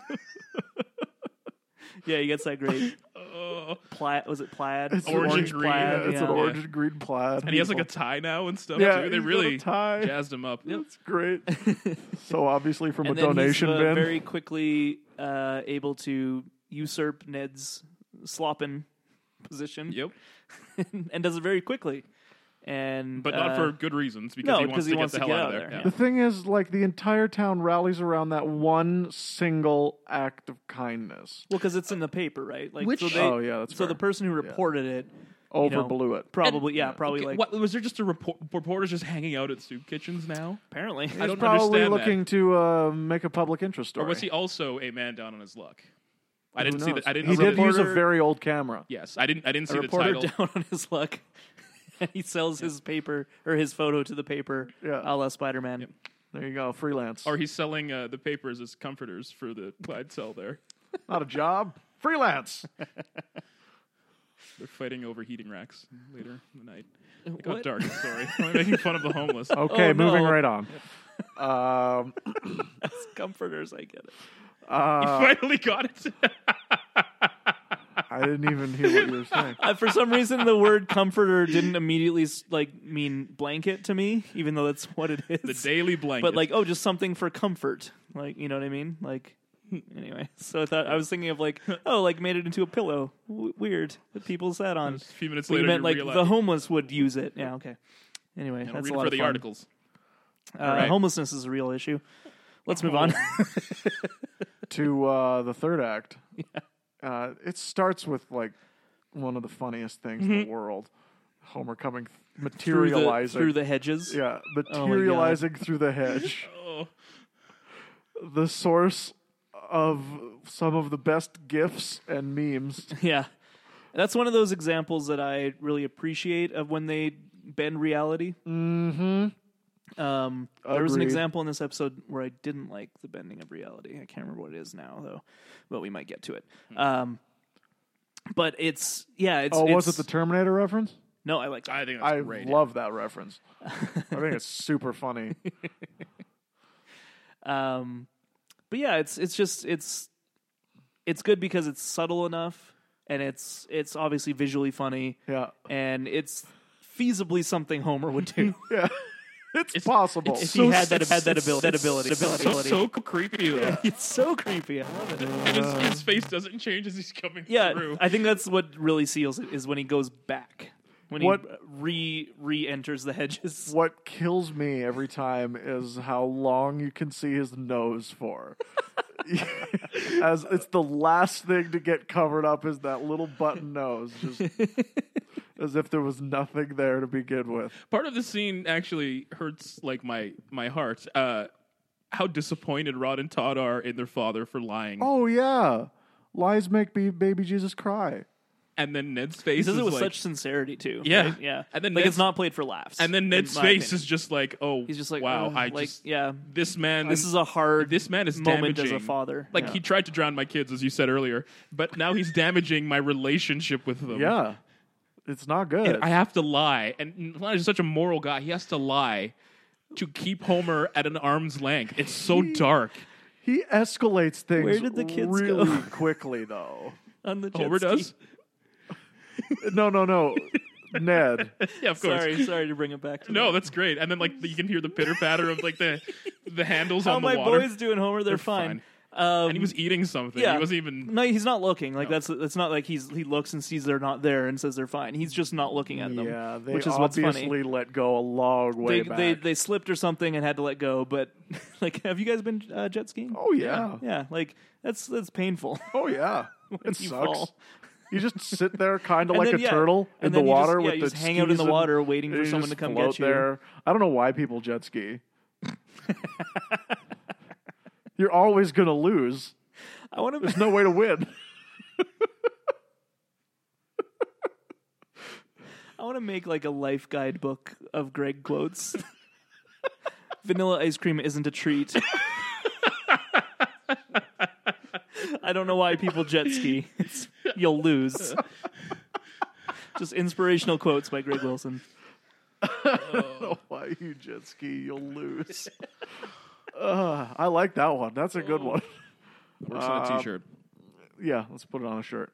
B: yeah he gets that great
C: Oh.
B: plaid was it plaid
A: It's an
C: orange
A: orange
C: and green.
B: plaid
A: Yeah, it's an
B: yeah.
A: orange and green plaid,
C: and he has like a tie now and stuff
A: yeah.
C: too.
A: he's
C: They
A: got a
C: really
A: tie.
C: jazzed him up.
A: It's great. so obviously from
B: and
A: a
B: then
A: donation
B: he's, uh,
A: bin.
B: very quickly uh, able to usurp Ned's slopping position
C: Yep,
B: and does it very quickly and
C: but not
B: uh,
C: for good reasons because
B: no,
C: he
B: because
C: wants
B: he
C: to get
B: wants
C: the
B: to
C: hell
B: get
C: out
B: out
C: of
B: of
C: there.
B: there,
C: Yeah.
A: The thing is, like, the entire town rallies around that one single act of kindness.
B: well because it's in the paper right like
C: Which-
B: so they,
A: Oh, yeah, that's
B: so the
A: fair.
B: person who reported it know,
A: Overblew it.
B: Probably, yeah, probably
C: Okay,
B: like
C: what, was there just a report, reporters just hanging out at soup kitchens now?
B: apparently.
C: I don't
A: Probably
C: understand
A: looking to uh, make a public interest story.
C: That. Or was he also a man down on his luck?
A: Who
C: I didn't see
A: knows?
C: that. I didn't.
A: He
C: see
A: did
C: the-
A: use a
B: reporter-
A: very old camera.
C: Yes, I didn't. I didn't
B: a
C: see the
B: reporter
C: title.
B: down on his luck, and he sells his paper or his photo to the paper,
A: Yeah.
B: a la Spider Man.
A: There you go, freelance.
C: Or he's selling uh, the papers as comforters for the Clyde cell there.
A: Not a job, freelance.
C: They're fighting over heating racks later in the night. It
B: What?
C: got dark. Sorry, I'm making fun of the homeless.
A: Okay,
B: Oh,
A: moving
B: no.
A: right on. Um,
B: Comforters, I get it.
A: Uh,
C: Finally got it.
A: I didn't even hear what you were saying.
B: Uh, for some reason, the word comforter didn't immediately s- like mean blanket to me, even though that's what it is.
C: the daily blanket.
B: but like, oh, just something for comfort. Like, you know what I mean? Like, anyway. So I thought I was thinking of like, oh, like made it into a pillow. W- weird. That people sat on.
C: a few minutes
B: We
C: later,
B: meant
C: you
B: like
C: realize-
B: the homeless would use it. Yeah. Okay. Anyway,
C: I'm
B: that's a
C: reading
B: lot
C: for
B: of
C: the
B: fun.
C: articles.
B: Uh,
C: right.
B: Homelessness is a real issue. Let's move on.
A: to uh, the third act. Uh, it starts with like one of the funniest things in
C: Mm-hmm.
A: the world: Homer coming
B: through, the,
A: materializing
B: through the hedges.
A: yeah, materializing through the hedge.
C: Oh.
A: The source of some of the best gifs and memes.
B: Yeah. That's one of those examples that I really appreciate of when they bend reality. Mm-hmm. Um, there was an
A: Agreed.
B: example in this episode where I didn't like the bending of reality. I can't remember what it is now, though, but we might get to it.
C: Hmm.
B: Um, but it's yeah, it's
A: Oh, was it
B: it's-
A: the Terminator reference?
B: no? I like that.
C: I think that's
A: I
C: great.
A: love that reference. I think it's super funny.
B: Um, but yeah, it's it's just it's it's good because it's subtle enough, and it's it's obviously visually funny,
A: Yeah,
B: and it's feasibly something Homer would do.
A: yeah, it's, possible.
B: If he had that, had that ability, that ability,
C: It's so,
B: ability.
C: so creepy though.
B: it's so creepy. I love it.
C: And his, his face doesn't change as he's coming
B: Uh, Yeah,
C: through.
B: I think that's what really seals it is when he goes back, when
A: What-
B: he re re enters the hedges.
A: what kills me every time is how long you can see his nose for. As it's the last thing to get covered up is that little button nose, just as if there was nothing there to begin with.
C: Part of the scene actually hurts like my my heart. Uh, how disappointed Rod and Todd are in their father for lying,
A: Oh yeah, lies make ba- baby Jesus cry.
C: and then Ned's face
B: He says
C: is
B: it with
C: like,
B: such sincerity too.
C: Yeah.
B: right? yeah.
C: And then
B: like
C: Ned's-
B: it's not played for laughs.
C: and then
B: in
C: Ned's
B: my
C: face
B: opinion.
C: is just like, oh,
B: he's just like
C: wow,
B: "Ugh,"
C: I
B: like
C: just
B: yeah.
C: this man,
B: This is a hard
C: this man is
B: moment
C: damaging.
B: as a father.
C: Like
B: Yeah.
C: he tried to drown my kids, as you said earlier, but now he's damaging my relationship with them.
A: Yeah, it's not good.
C: I have to lie. And Lon is such a moral guy. He has to lie to keep Homer at an arm's length. It's so dark.
A: he escalates things
B: Where did the kids go?
A: really quickly though.
B: on the jet
C: Homer
B: ski.
C: does.
A: No, no, no, Ned.
C: Yeah, of course.
B: Sorry, sorry to bring it back. To
C: No,
B: that.
C: that's great. And then like you can hear the pitter patter of like the the handles
B: how
C: on
B: my
C: the water.
B: boys doing Homer? They're, fine. Um,
C: and he was eating something.
B: Yeah,
C: He wasn't even.
B: No, he's not looking. Like that's that's not like he's he looks and sees they're not there and says they're fine. He's just not looking at them.
A: Yeah, they
B: which is what's
A: obviously
B: funny.
A: let go a long way
B: They,
A: back.
B: they they slipped or something and had to let go. But like, have you guys been uh, jet skiing?
A: oh yeah.
B: yeah. Like that's that's painful.
A: Oh yeah, it
B: you
A: sucks.
B: fall.
A: You just sit there, kind of
B: And
A: like
B: then,
A: a
B: yeah,
A: turtle
B: and
A: in the
B: then you just-
A: water
B: yeah,
A: with
B: you
A: the
B: just hang out in the
A: skis and-
B: water waiting
A: and
B: for
A: you
B: someone
A: just
B: to come
A: float
B: get you.
A: There, I don't know why people jet ski. You're always gonna lose.
B: I want to.
A: There's no way to win.
B: I want to make like a life guide book of Greg quotes. Vanilla ice cream isn't a treat. I don't know why people jet ski. It's, you'll lose. Just inspirational quotes by Greg Wilson.
A: Oh, why you jet ski? You'll lose. Ugh, I like that one. That's a
B: Oh.
A: good one.
C: Works on
B: Um,
C: a t-shirt.
A: Yeah, let's put it on a shirt.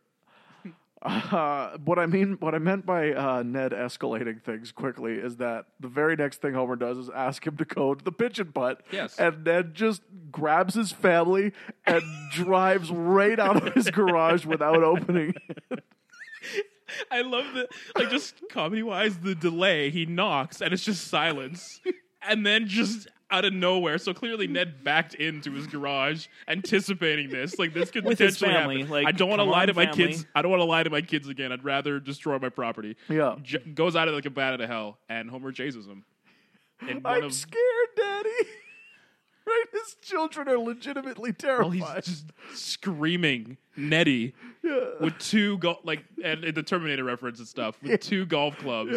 A: Uh, what I mean, what I meant by uh, Ned escalating things quickly is that the very next thing Homer does is ask him to go to the pigeon putt.
C: Yes.
A: and Ned just grabs his family and drives right out of his garage without opening.
C: I love the like just comedy wise the delay. He knocks and it's just silence, and then just out of nowhere. So clearly Ned backed into his garage, anticipating this. Like this could
B: With his
C: potentially
B: family,
C: happen.
B: like,
C: I don't want to
B: come
C: lie
B: on,
C: to my
B: family.
C: kids. I don't want to lie to my kids again. I'd rather destroy my property.
A: Yeah.
C: J- goes out of like a bat out of hell, and Homer chases him. In one
A: I'm
C: of
A: scared, Daddy. Right, his children are legitimately
C: Well,
A: terrified.
C: he's just screaming Nettie with two go- like and, and the Terminator reference and stuff with two golf clubs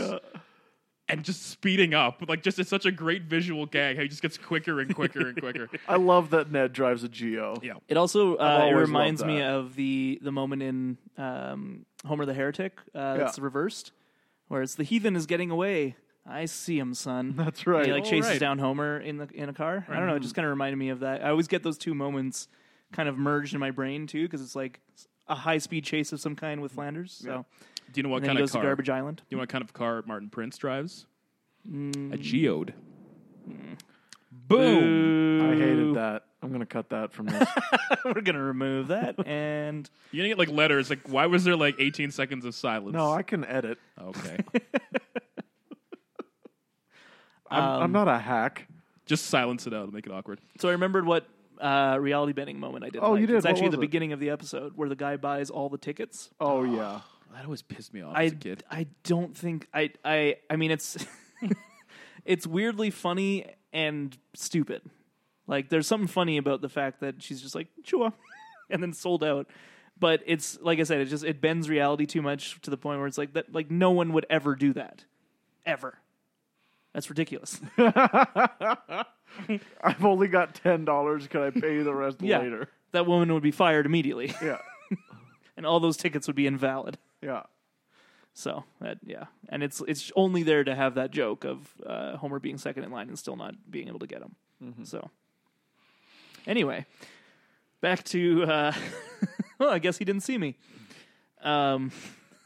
C: and just speeding up. Like just it's such a great visual gag how he just gets quicker and quicker and quicker.
A: I love that Ned drives a Geo.
C: Yeah.
B: It also uh, it
A: always loved
B: reminds me
A: that.
B: of the the moment in um, Homer the Heretic uh, that's reversed, where it's the heathen is getting away. I see him, son.
A: That's right.
B: He like
C: Oh,
B: chases
C: right.
B: down Homer in the in a car. I don't know. It just kind of reminded me of that. I always get those two moments kind of merged in my brain too because it's like a high speed chase of some kind with Flanders. So
C: Do you know what
B: and then
C: kind
B: he
C: of
B: goes
C: car?
B: to Garbage Island.
C: You know what kind of car Martin Prince drives?
B: Mm.
C: A Geode. Boom.
A: I hated that. I'm gonna cut that from this.
B: We're gonna remove that and
C: You're gonna get like letters. Like, why was there like 18 seconds of silence?
A: no, I can edit.
C: okay.
A: I'm,
C: Um,
A: I'm not a hack.
C: Just silence it out and make it awkward.
B: so I remembered what uh, reality betting moment I did.
A: Oh, you did.
B: It's
A: What
B: actually
A: was
B: the
A: it?
B: beginning of the episode where the guy buys all the tickets.
A: Oh yeah.
C: That always pissed me off
B: I
C: as a kid.
B: I don't think I I I mean it's it's weirdly funny and stupid. Like there's something funny about the fact that she's just like chua and then sold out. But it's like I said, it just it bends reality too much to the point where it's like that like no one would ever do that. Ever. That's ridiculous.
A: I've only got ten dollars. Can I pay you the rest
B: yeah.
A: later?
B: That woman would be fired immediately
A: Yeah.
B: and all those tickets would be invalid.
A: Yeah.
B: So that yeah, and it's it's only there to have that joke of uh, Homer being second in line and still not being able to get him. So anyway, back to uh, well, I guess he didn't see me. Um,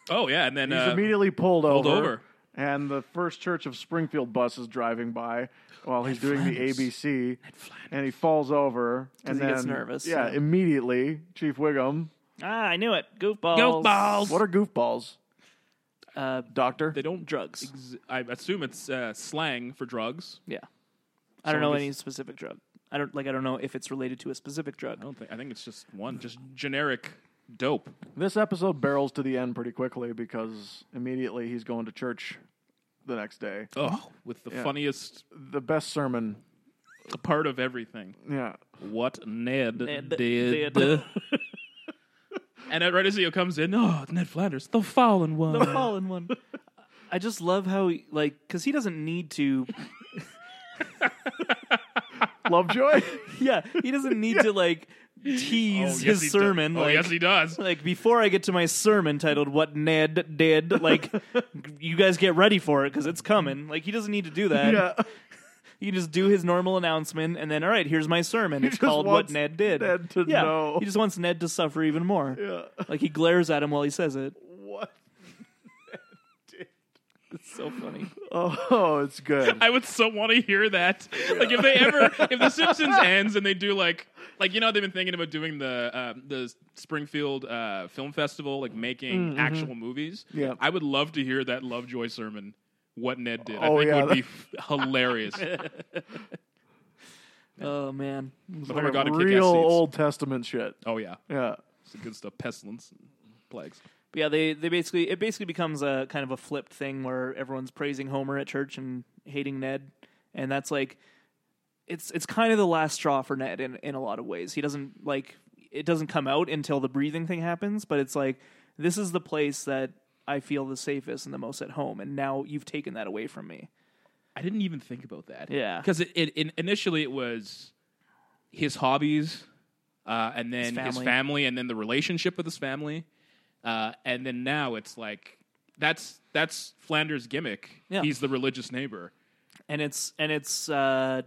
C: Oh yeah, and then
A: He's
C: uh,
A: immediately pulled, over,
C: over.
A: and the First Church of Springfield bus is driving by while he's doing
B: Flanders.
A: the ABC, and he falls over, and
B: he
A: then
B: gets nervous,
A: Yeah,
B: yeah.
A: immediately, Chief Wiggum.
B: ah, I knew it. Goofballs.
C: Goofballs.
A: What are goofballs,
B: Uh,
A: Doctor?
C: they don't.
B: drugs.
C: Ex- I assume it's uh, slang for drugs.
B: yeah, I don't know
C: Someone
B: any specific drug. I don't like. I don't know if it's related to a specific
C: I
B: drug.
C: don't think. I think it's just one, just generic dope.
A: This episode barrels to the end pretty quickly because immediately he's going to church the next day.
C: Oh, with the funniest
A: The best sermon.
C: part of everything.
A: Yeah.
C: What Ned,
B: Ned
C: did.
B: did.
C: and right as Ezio comes in, oh, Ned Flanders, the fallen one.
B: The fallen one. I just love how he, like because he doesn't need to
A: Lovejoy?
B: Yeah, he doesn't need to like tease
C: Oh, he
B: his sermon.
C: do-
B: like,
C: oh, yes, he does.
B: like before I get to my sermon titled "What Ned Did," like you guys get ready for it because it's coming. Like he doesn't need to do that.
A: yeah.
B: He can just do his normal announcement, and then all right, here's my sermon. It's
A: just
B: called "What
A: wants
B: Ned Did."
A: Ned to
B: yeah,
A: know.
B: he just wants Ned to suffer even more.
A: yeah.
B: Like he glares at him while he says it.
A: What?
B: It's so funny.
A: Oh, it's good.
C: I would so want to hear that. Like if they ever, if The Simpsons ends and they do like, like you know, they've been thinking about doing the um, the Springfield uh, Film Festival, like making actual movies.
A: Mm, mm-hmm. Yeah.
C: I would love to hear that Lovejoy sermon. What Ned did,
A: Oh,
C: I think
A: yeah.
C: would be f- hilarious.
B: Oh man,
C: The Homer got a kick-ass
A: Real
C: seats.
A: Old Testament shit.
C: Oh yeah,
A: Yeah.
C: it's the good stuff. Pestilence, and plagues.
B: But yeah, they, they basically it basically becomes a kind of a flipped thing where everyone's praising Homer at church and hating Ned, and that's like it's it's kind of the last straw for Ned in in a lot of ways. He doesn't like it doesn't come out until the breathing thing happens, but it's like this is the place that I feel the safest and the most at home, and now you've taken that away from me.
C: I didn't even think about that.
B: Yeah.
C: because it, it, in initially it was his hobbies, uh, and then his
B: family.
C: family. and then the relationship with his family, uh, and then now it's like that's that's Flanders' gimmick.
B: Yeah.
C: He's the religious neighbor.
B: and it's and it's uh,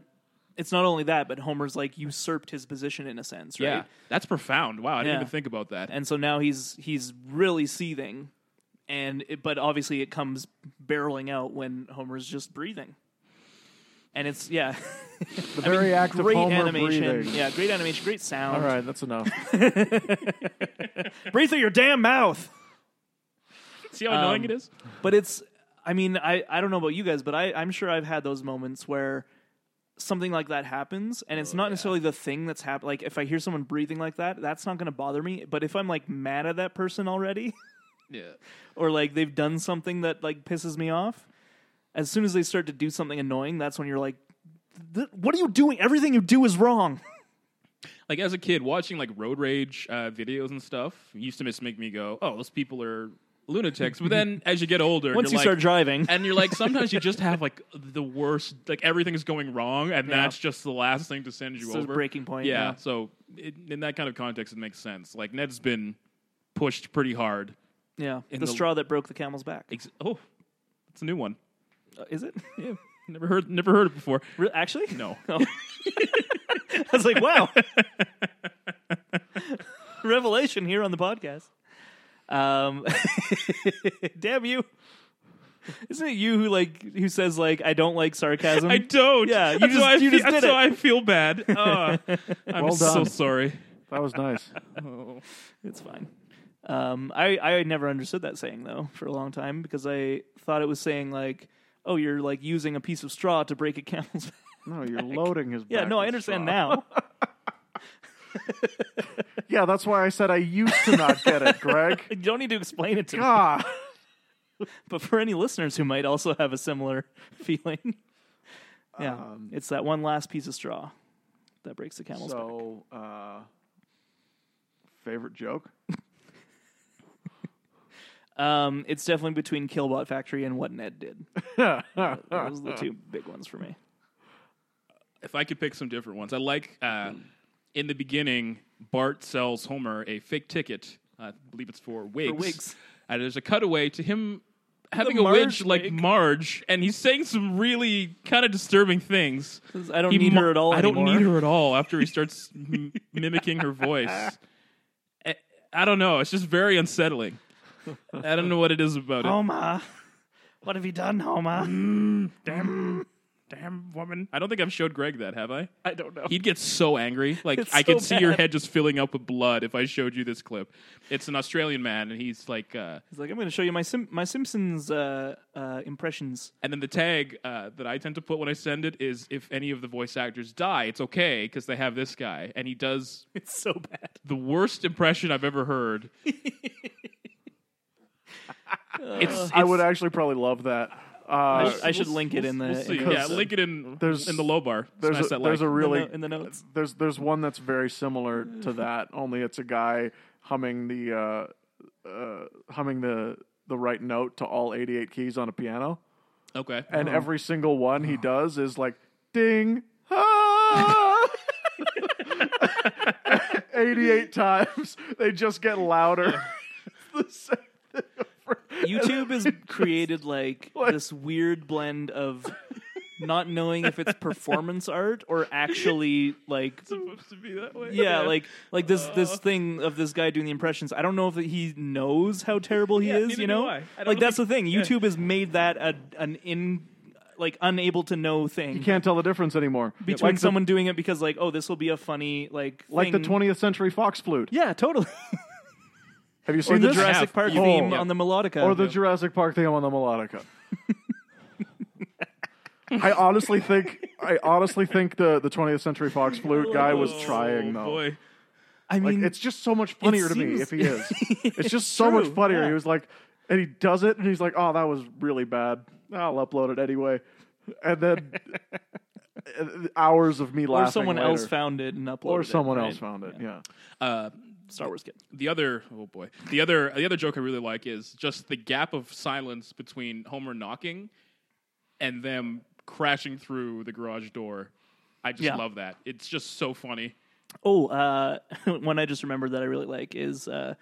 B: it's not only that, but Homer's like usurped his position in a sense, right?
C: that's profound. Wow, I didn't
B: Yeah.
C: even think about that.
B: and so now he's he's really seething and it, but obviously it comes barreling out when homer's just breathing and it's yeah
A: The very act of
B: great
A: Homer
B: animation
A: breathing.
B: yeah great animation great sound
A: All right, that's enough.
B: breathe through your damn mouth
C: See how annoying
B: um,
C: it is.
B: but it's i mean i i don't know about you guys but i i'm sure i've had those moments where something like that happens and
A: Oh,
B: it's not necessarily the thing that's happened like if i hear someone breathing like that that's not going to bother me but if i'm like mad at that person already
C: Yeah,
B: or like they've done something that like pisses me off. As soon as they start to do something annoying, that's when you're like, "Th- "What are you doing? Everything you do is wrong."
C: like as a kid watching like road rage uh, videos and stuff used to just make me go, "Oh, those people are lunatics." But then as you get older,
B: Once you
C: you're like,
B: start driving,
C: and you're like sometimes you just have like the worst like everything's going wrong and
B: Yeah.
C: that's just the last thing to send you
B: It's a
C: over
B: breaking point,
C: yeah,
B: yeah.
C: so it, in that kind of context it makes sense like ned's been pushed pretty hard
B: yeah, the,
C: the-
B: straw that broke the camel's back.
C: Ex- oh it's a new one
B: Uh, Is it
C: yeah never heard never heard it before
B: Oh. Re- actually?
C: no
B: Oh. I was like, "Wow." Revelation here on the podcast. Um, damn you! Isn't it you who like who says like I don't like sarcasm?
C: I don't.
B: Yeah, you
C: that's
B: just-
C: why I
B: you
C: fe-
B: just did
C: that's
B: it.
C: why I feel bad. Ugh. I'm
A: Well
C: so
A: done.
C: sorry.
A: That was nice.
B: It's fine. Um, I I never understood that saying though for a long time because I thought it was saying like, oh, you're like using a piece of straw to break a camel's. back.
A: No, you're loading his.
B: yeah,
A: back
B: no,
A: with
B: I understand
A: straw.
B: now.
A: Yeah, that's why I said I used to not get it, Greg.
B: you don't need to explain it to me.
A: God,
B: But for any listeners who might also have a similar feeling, yeah,
A: Um,
B: it's that one last piece of straw that breaks the camel's back.
A: so uh, favorite joke?
B: Um, it's definitely between Killbot Factory and what Ned did. Those are the two big ones for me.
C: If I could pick some different ones, I like uh,
B: Mm-hmm.
C: in the beginning Bart sells Homer a fake ticket. I believe it's for wigs.
B: wigs.
C: And there's a cutaway to him having
B: The
C: a
B: Marge
C: wig like
B: wig.
C: Marge, and he's saying some really kind of disturbing things.
B: I don't
C: He
B: need
C: mo-
B: her at all.
C: I don't
B: anymore.
C: need her at all. After he starts m- mimicking her voice, I, I don't know. It's just very unsettling. I don't know what it is about it.
B: Homer. What have you done, Homer?
C: Damn, damn woman. I don't think I've showed Greg that, have I?
B: I don't know.
C: He'd get so angry. Like
B: It's
C: I could
B: so
C: see your
B: bad.
C: head just filling up with blood if I showed you this clip. It's an Australian man, and he's like, uh,
B: He's like, I'm going to show you my Sim- my Simpsons uh, uh, impressions.
C: and then the tag uh, that I tend to put when I send it is, if any of the voice actors die, it's okay because they have this guy, and he does
B: It's so bad.
C: the worst impression I've ever heard. it's, it's
A: I would actually probably love that. Uh,
B: I should
C: we'll-
B: link it
C: we'll-
B: in the-
C: we'll see.
B: in the
C: yeah,
B: episode.
C: link it in
A: There's-
C: in the low bar.
A: there's
C: Smash
A: a,
C: that
A: there's
C: like.
A: a really
B: no- in the notes.
A: there's there's one that's very similar to that. Only it's a guy humming the uh, uh, humming the the right note to all 88 keys on a piano,
C: okay.
B: Oh.
A: and every single one he does is like ding. ah! 88 times they just get louder It's the same thing over-
B: YouTube has created like this weird blend of not knowing if it's performance art or actually like
C: supposed to be that way.
B: yeah, like like this
C: Uh.
B: this thing of this guy doing the impressions. I don't know if he knows how terrible he
C: Yeah,
B: is.
C: neither
B: You
C: do
B: know,
C: I. I don't
B: like
C: know
B: that's the thing. YouTube has made that a, an in like unable to know thing
A: can't tell the difference anymore
B: between
A: like
B: someone doing it because like oh this will be a funny like
A: the, like the
B: thing.
A: 20th century fox flute
B: yeah totally
A: have you seen
B: or the
A: this?
B: Jurassic Park
A: Oh.
B: theme
A: Yeah.
B: on the melodica
A: or the Jurassic Park theme on the melodica. I honestly think I honestly think the the 20th Century Fox flute guy
B: Oh,
A: was trying though.
C: Oh, Boy.
B: I
A: Like
B: mean
A: it's just so much funnier to me
B: seems-
A: if he is. It's just so much
B: True,
A: funnier.
B: yeah.
A: He was like, and he does it, and he's like, "Oh, that was really bad. I'll upload it anyway." And then uh, hours of me
B: or
A: laughing.
B: someone
A: later.
B: else found it and uploaded
A: or someone
B: it, right?
A: else found it. Yeah.
C: Uh,
B: Star Wars kid.
C: the other oh boy the other the other joke i really like is just the gap of silence between homer knocking and them crashing through the garage door i just
B: Yeah.
C: love that it's just so funny
B: Oh, uh, one I just remembered that I really like is uh,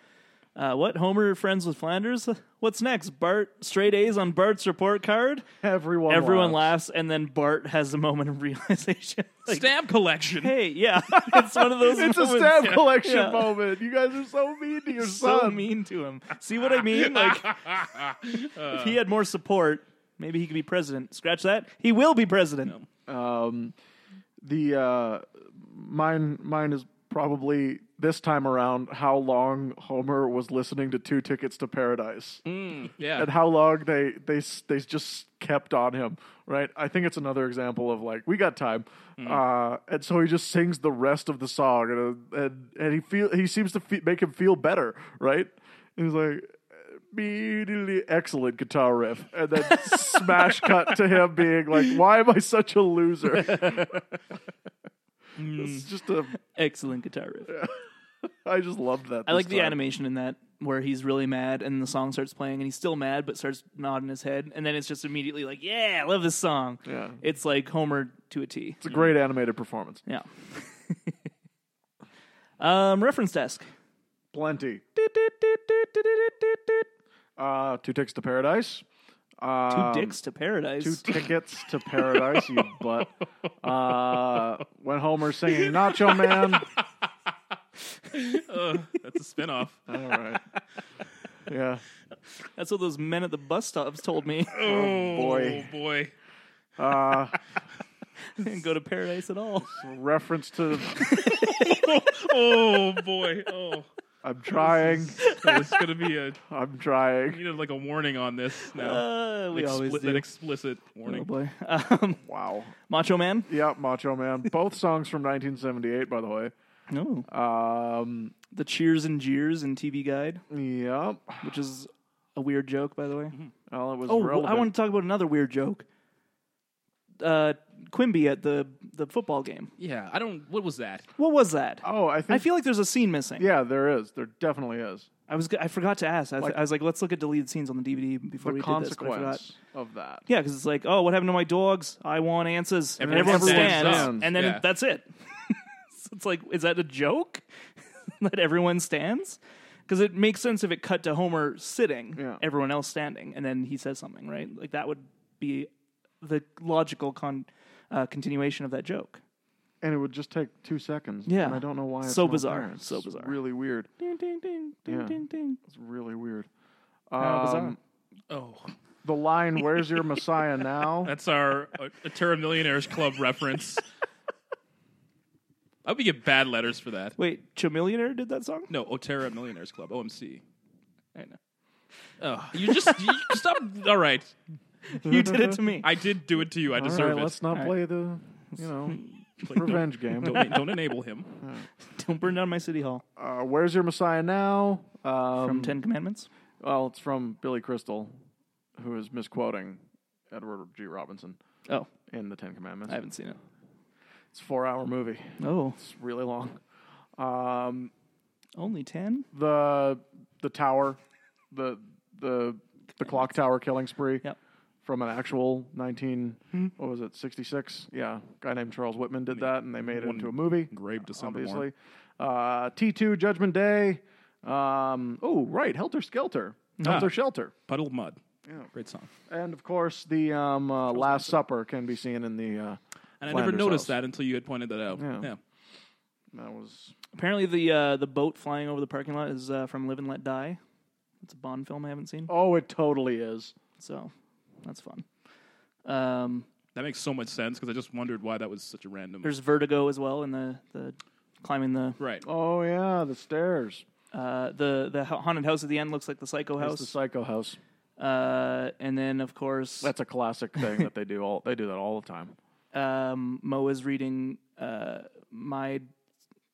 B: uh, what Homer friends with Flanders. What's next? Bart straight A's on Bart's report card.
A: Everyone.
B: Everyone
A: laughs.
B: laughs, and then Bart has a moment of realization. like,
C: stamp collection
B: hey, yeah, it's one of those.
A: It's a
B: moments.
A: stamp collection
B: Yeah.
A: moment. You guys are so mean to your
B: So
A: son.
B: mean to him. See what I mean? Like, if he had more support, maybe he could be president. Scratch that. He will be president.
A: Um, the uh, mine mine is probably this time around how long Homer was listening to Two Tickets to Paradise
C: Mm, yeah
A: and how long they they s- they just kept on him. Right, I think it's another example of like we got time,
B: Mm-hmm.
A: uh, and so he just sings the rest of the song, and uh, and, and he feel he seems to fe- make him feel better. Right, and he's like. "Beatily Excellent guitar riff, and then smash cut to him being like, "Why am I such a loser?"
B: Mm.
A: It's just a.
B: Excellent guitar riff.
A: I just loved that.
B: I like the
A: anime.
B: animation in that where he's really mad and the song starts playing and he's still mad but starts nodding his head and then it's just immediately like, yeah, I love this song.
A: Yeah.
B: It's like Homer to a T.
A: It's a great animated performance.
B: Yeah. um, reference desk.
A: Plenty. Uh, two tickets to paradise.
B: Two
A: Um,
B: dicks to paradise.
A: Two tickets to paradise, you butt. Uh, when Homer's singing Nacho Man.
C: Ugh, that's a spinoff.
A: All right. Yeah.
B: That's what those men at the bus stops told me.
C: Oh
A: boy.
C: boy.
A: Uh,
B: Didn't go to paradise at all.
A: reference to
C: Oh boy. Oh,
A: I'm trying.
C: it's gonna be a
A: I'm trying.
C: you know like a warning on this now.
B: Uh, we
C: Expli-
B: always
C: An
B: do.
C: explicit
B: Oh
C: warning.
B: boy. Um,
A: Wow.
B: Macho Man.
A: Yeah, Macho Man. Both songs from 1978, by the way.
B: No.
A: Um,
B: the cheers and jeers in TV Guide,
A: yep.
B: which is a weird joke, by the
A: Mm-hmm.
B: way.
A: Well, it was
B: Oh,
A: relevant.
B: I want to talk about another weird joke. Uh, Quimby at the the football game.
C: Yeah, I don't. What was that?
B: What was that?
A: Oh, I
B: I
A: think.
B: feel like there's a scene missing.
A: yeah, there is. There definitely is.
B: I was g- I forgot to ask. I, th- I was like, let's look at deleted scenes on the DVD before
A: The
B: we did this. But I forgot.
A: consequence of that.
B: Yeah, because it's like, oh, what happened to my dogs? I want answers. And
C: Everyone
B: everyone,
A: stands
B: stands,
A: up.
B: and then
C: Yeah.
B: that's it. So it's like, is that a joke that everyone stands? Because it makes sense if it cut to Homer sitting,
A: Yeah.
B: everyone else standing, and then he says something, right? Like that would be the logical con- uh, continuation of that joke.
A: And it would just take two seconds.
B: Yeah.
A: And I don't know why. It's
B: So
A: not
B: bizarre.
A: there. It's
B: So bizarre.
A: Really weird.
B: Ding ding ding ding
A: Yeah.
B: ding ding.
A: It's really weird.
B: How bizarre.
A: Um,
C: Oh,
A: the line "Where's your Messiah now?"
C: that's our uh, Terra Millionaires Club reference. I hope we get bad letters for that.
B: Wait, Chamillionaire did that song?
C: No, Otera Millionaires Club, OMC.
B: I know.
C: Oh, you just you, stop. All right,
B: You did it to me.
C: I did do it to you. I
A: All
C: deserve
A: right,
C: it.
A: let's not
B: All right.
A: play the you know revenge game.
C: don't, don't enable him.
B: Don't burn down my city hall
A: Uh, "Where's your Messiah now?" Um,
B: from Ten Commandments.
A: well, it's from Billy Crystal, who is misquoting Edward G. Robinson
B: Oh,
A: in the Ten Commandments.
B: I haven't seen it.
A: It's a four-hour movie.
B: Oh,
A: It's really long. Um,
B: only ten.
A: the the tower, the the the clock tower killing spree.
B: Yep.
A: From an actual 19,
C: Hmm.
A: what was it, 66? Yeah, guy named Charles Whitman did that, and they made it into a movie.
C: Grave December
A: obviously. Uh, T2, Judgment Day. Um, oh, right, Helter Skelter.
C: Ah.
A: Helter Shelter.
C: Puddle of Mud. Great song.
A: And of course, the um, uh, Last Supper can be seen in the. Uh,
C: And I
A: Flanders
C: never noticed
A: House.
C: that until you had pointed that out.
A: Yeah.
C: Yeah.
A: That was.
B: Apparently, the uh, the boat flying over the parking lot is uh, from Live and Let Die. It's a Bond film I haven't seen,
A: Oh, it totally is.
B: so that's fun. Um,
C: That makes so much sense because I just wondered why that was such a random.
B: there's Vertigo as well, and the the climbing the
C: right.
A: Oh, yeah, the stairs.
B: uh, the the ha- haunted house at the end looks like the Psycho
A: That's the
B: house,
A: Psycho House.
B: uh, and then of course
A: That's a classic thing that they do all. They do that all the time.
B: um, Mo is reading uh, my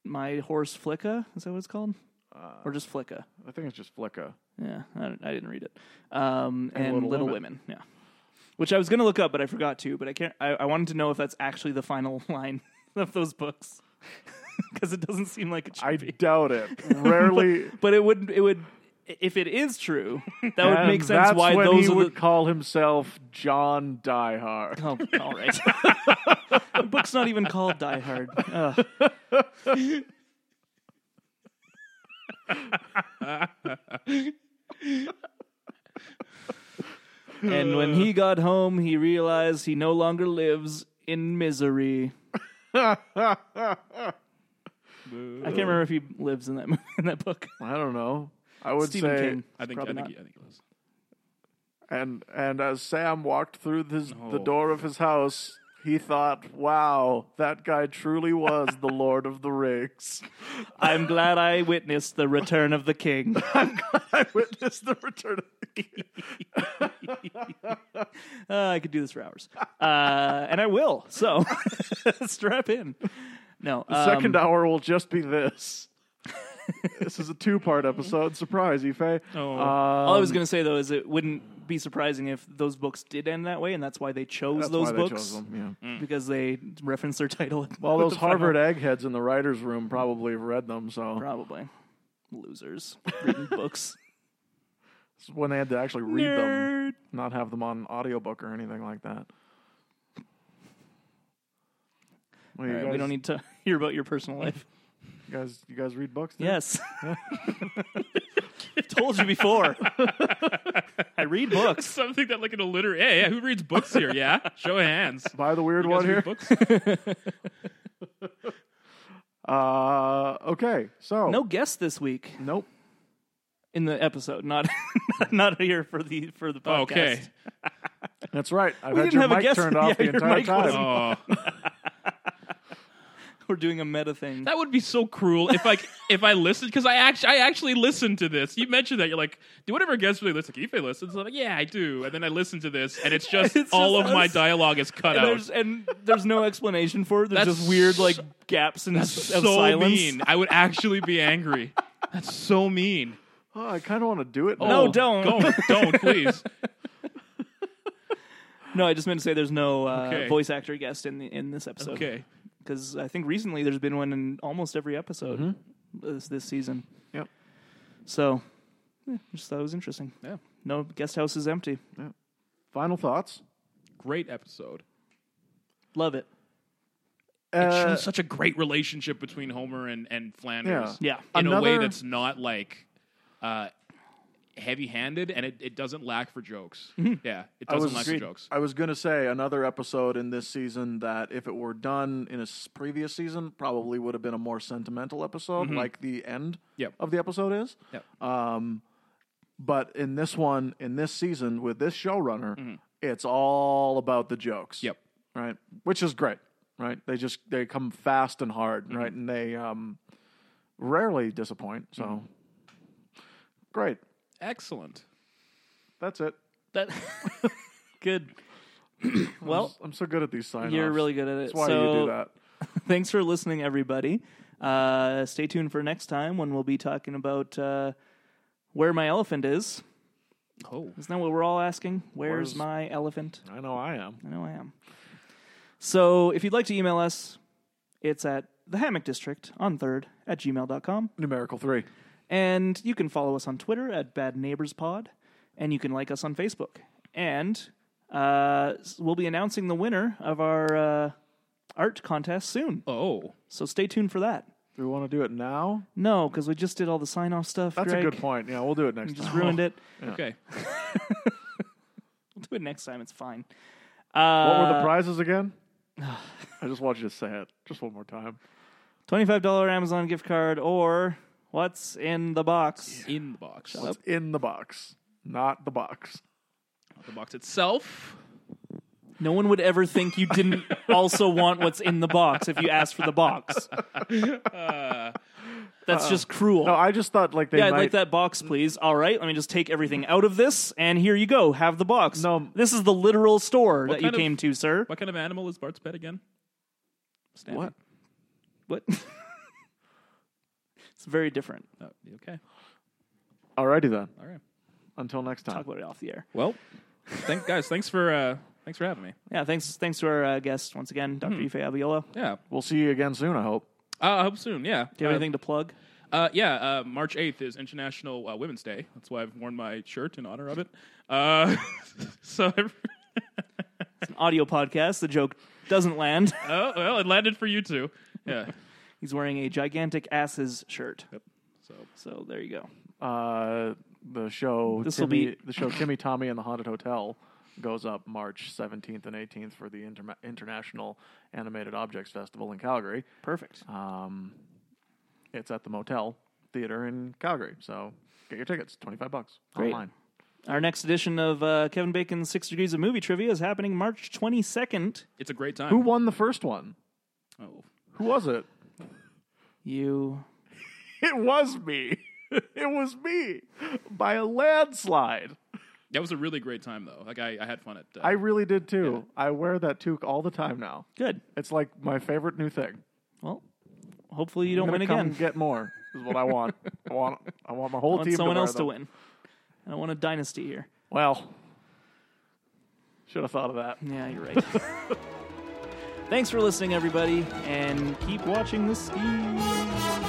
B: my horse Flicka. Is that what it's called?
A: Uh,
B: or just Flicka?
A: I think it's just Flicka.
B: Yeah, I, don't- I didn't read it. Um, and,
A: Little
B: Little,
A: Women.
B: Women. yeah. Which I was going to look up, but I forgot to. But I can't. I, I wanted to know if that's actually the final line of those books, because it doesn't seem like it should
A: I
B: be.
A: doubt it. Rarely.
B: But it would. It would. If it is true, that would
A: and
B: make sense.
A: That's
B: Why
A: when
B: those
A: he
B: are
A: would
B: the.
A: call himself John Diehard.
B: Oh, all right. the book's not even called Die Hard. Ugh. and when he got home, he realized he no longer lives in misery. I can't remember if he lives in that mo- in that book.
A: I don't know. I would
B: Stephen
A: say.
B: King.
C: I think, I
B: Probably
C: think,
B: not.
C: he- I think it was.
A: And and as Sam walked through his, the
C: No.
A: door of his house, he thought, "Wow, that guy truly was the Lord of the Rings."
B: I'm glad I witnessed the return of the king.
A: I witnessed the return of the king.
B: Uh, I could do this for hours, uh, and I will. So strap in. No, um,
A: Second hour will just be this. this is a two-part episode. Surprise, Uh, Ife.
C: Oh.
B: all
A: um,
B: I was going to say though is it wouldn't be surprising if those books did end that way, and that's why they chose
A: that's
B: those
A: why
B: books
A: They chose them. Yeah.
B: because they reference their title.
A: Well,
B: with
A: those
B: the final-
A: Harvard eggheads in the writers' room probably have read them. So
B: probably losers reading books.
A: It's when they had to actually read them,
B: Nerd.
A: not have them on audiobook or anything like that. Well, you
B: All right,
A: guys-
B: we don't need to hear about your personal life.
A: You guys, you guys read books? then?
B: Yes. Told you before. I read books.
C: Something that like an illiterate. Yeah, yeah. Who reads books here? Yeah. Show of hands.
A: Buy the weird
C: You guys
A: one
C: read
A: here.
C: books?
A: Uh, okay, so
B: No guest this week
A: nope.
B: in the episode. Not not here for the for the podcast.
C: Oh, Okay.
A: That's right. I've
B: We
A: had
B: didn't
A: your
B: have a
A: mic
B: guest-
A: turned
B: yeah,
A: off the
B: your
A: entire
B: mic wasn't-
A: time.
C: Oh,
B: We're doing a meta thing.
C: that would be so cruel if I if I listened because I actually I actually listened to this. You mentioned that you're like, do whatever guests really listen. Ife listens. I'm like, yeah, I do. And then I listen to this, and it's just
B: It's
C: all
B: just
C: of my
B: us.
C: dialogue is cut
B: and
C: out.
B: there's, and there's no explanation for it. There's
C: That's
B: just weird like
C: so-
B: gaps and
C: That's
B: s- of
C: so
B: silence.
C: mean. I would actually be angry. That's so mean.
A: Oh, I kind of want to do it.
B: No,
C: Oh,
A: now.
B: don't.
C: Don't, don't, please.
B: No, I just meant to say there's no uh,
C: Okay.
B: voice actor guest in the, in this episode.
C: Okay.
B: because I think recently there's been one in almost every episode this, this season.
A: Mm-hmm. Yep.
B: So, yeah, I just thought it was interesting.
C: Yeah.
B: No, guest house is empty.
A: Final thoughts.
C: Great episode.
B: Love it.
C: It
A: Uh,
C: shows such a great relationship between Homer and, and Flanders.
B: Yeah.
C: In a way
A: Another-
C: that's not like uh, heavy handed and it, it doesn't lack for jokes.
B: Mm-hmm.
C: Yeah. It doesn't
A: was-
C: lack
A: Agreed.
C: for jokes.
A: I was gonna say another episode in this season that if it were done in a s- previous season, probably would have been a more sentimental episode, like the end
C: Mm-hmm. Yep.
A: of the episode is.
C: Yep.
A: Um, but in this one, in this season, with this showrunner, it's all about the jokes.
C: Mm-hmm. Yep.
A: Right, which is great. Right, they just they come fast and hard.
C: Mm-hmm.
A: Right, and they um, rarely disappoint. So
C: Mm-hmm.
A: great.
C: Excellent.
A: That's it.
B: That good. well,
A: I'm so good at these sign-offs.
B: you're really good at it.
A: That's why
B: so,
A: you do that.
B: thanks for listening, everybody. Uh, stay tuned for next time when we'll be talking about uh, where my elephant is.
C: Oh.
B: Isn't that what we're all asking? Where's
A: Where's-
B: my elephant?
A: I know I am.
B: I know I am. So if you'd like to email us, it's at the hammock district on third at gmail.com.
A: Numerical three.
B: And you can follow us on Twitter at Bad Neighbors Pod, and you can like us on Facebook. And uh, we'll be announcing the winner of our uh, art contest soon.
C: Oh.
B: So stay tuned for that.
A: Do we want to do it now?
B: No, because we just did all the sign off stuff.
A: That's
B: Greg.
A: a good point. Oh. Yeah, we'll do it next
B: Just
A: time.
B: ruined it.
C: Okay.
B: We'll do it next time. It's fine.
A: What
B: Uh,
A: were the prizes again? I just want you to say it just one more time.
B: $25 Amazon gift card or what's in the box?
C: In the box.
B: up.
A: It's in the box, not the box.
C: The box itself.
B: No one would ever think you didn't also want what's in the box if you asked for the box. Uh, That's just cruel.
A: No, I just thought like they
B: yeah, I'd
A: might.
B: like that box, please. All right, let me just take everything out of this, and here you go. Have the box.
A: No.
B: this is the literal store that you
C: kind of-
B: came to, sir.
C: What kind of animal is Bart's pet again? Standing.
A: What?
B: What? it's very different.
C: Oh, okay.
A: Alrighty then.
C: All right.
A: Until next time.
B: Talk about it off the air.
C: Well, thank guys. Thanks for uh, thanks for having me.
B: Yeah, thanks. Thanks to our uh, guest once again,
A: Hmm.
B: Dr. Ife Abiola.
C: Yeah.
A: We'll see you again soon. I hope.
C: Uh, I hope soon. Yeah.
B: Do you have
C: Uh,
B: anything to plug?
C: Uh, yeah, uh, March 8th is International uh, Women's Day. That's why I've worn my shirt in honor of it. Uh, so, every-
B: It's an audio podcast. The joke doesn't land.
A: Uh.
C: oh, well, it landed for you too. Yeah.
B: He's wearing a gigantic asses shirt.
C: So,
B: So there you go.
A: Uh, the show.
B: This'll
A: Timmy-
B: be-
A: the show. Timmy, Tommy, and the Haunted Hotel goes up March 17th and 18th for the Interma International Animated Objects Festival in Calgary.
B: Perfect.
A: Um, it's at the Motel Theater in Calgary. So get your tickets, twenty five bucks
B: Great.
A: online.
B: Our next edition of uh, Kevin Bacon's Six Degrees of Movie Trivia is happening March 22nd.
C: it's a great time.
A: Who won the first one?
C: oh.
A: Who was it?
B: You.
A: It was me. it was me by a landslide.
C: That was a really great time, though. Like, I, I had fun at. Uh,
A: I really did too. I wear that toque all the time now.
B: Good.
A: It's like my favorite new thing.
B: Well, hopefully you don't
A: I'm
B: win
A: gonna come
B: again.
A: Get more is what I want. I want. I want my whole
B: I want
A: team.
B: someone
A: to wear
B: else to
A: them.
B: win. I don't want a dynasty here.
A: Well, should have thought of that.
B: Yeah, you're right. Thanks for listening, everybody, and keep watching the skis.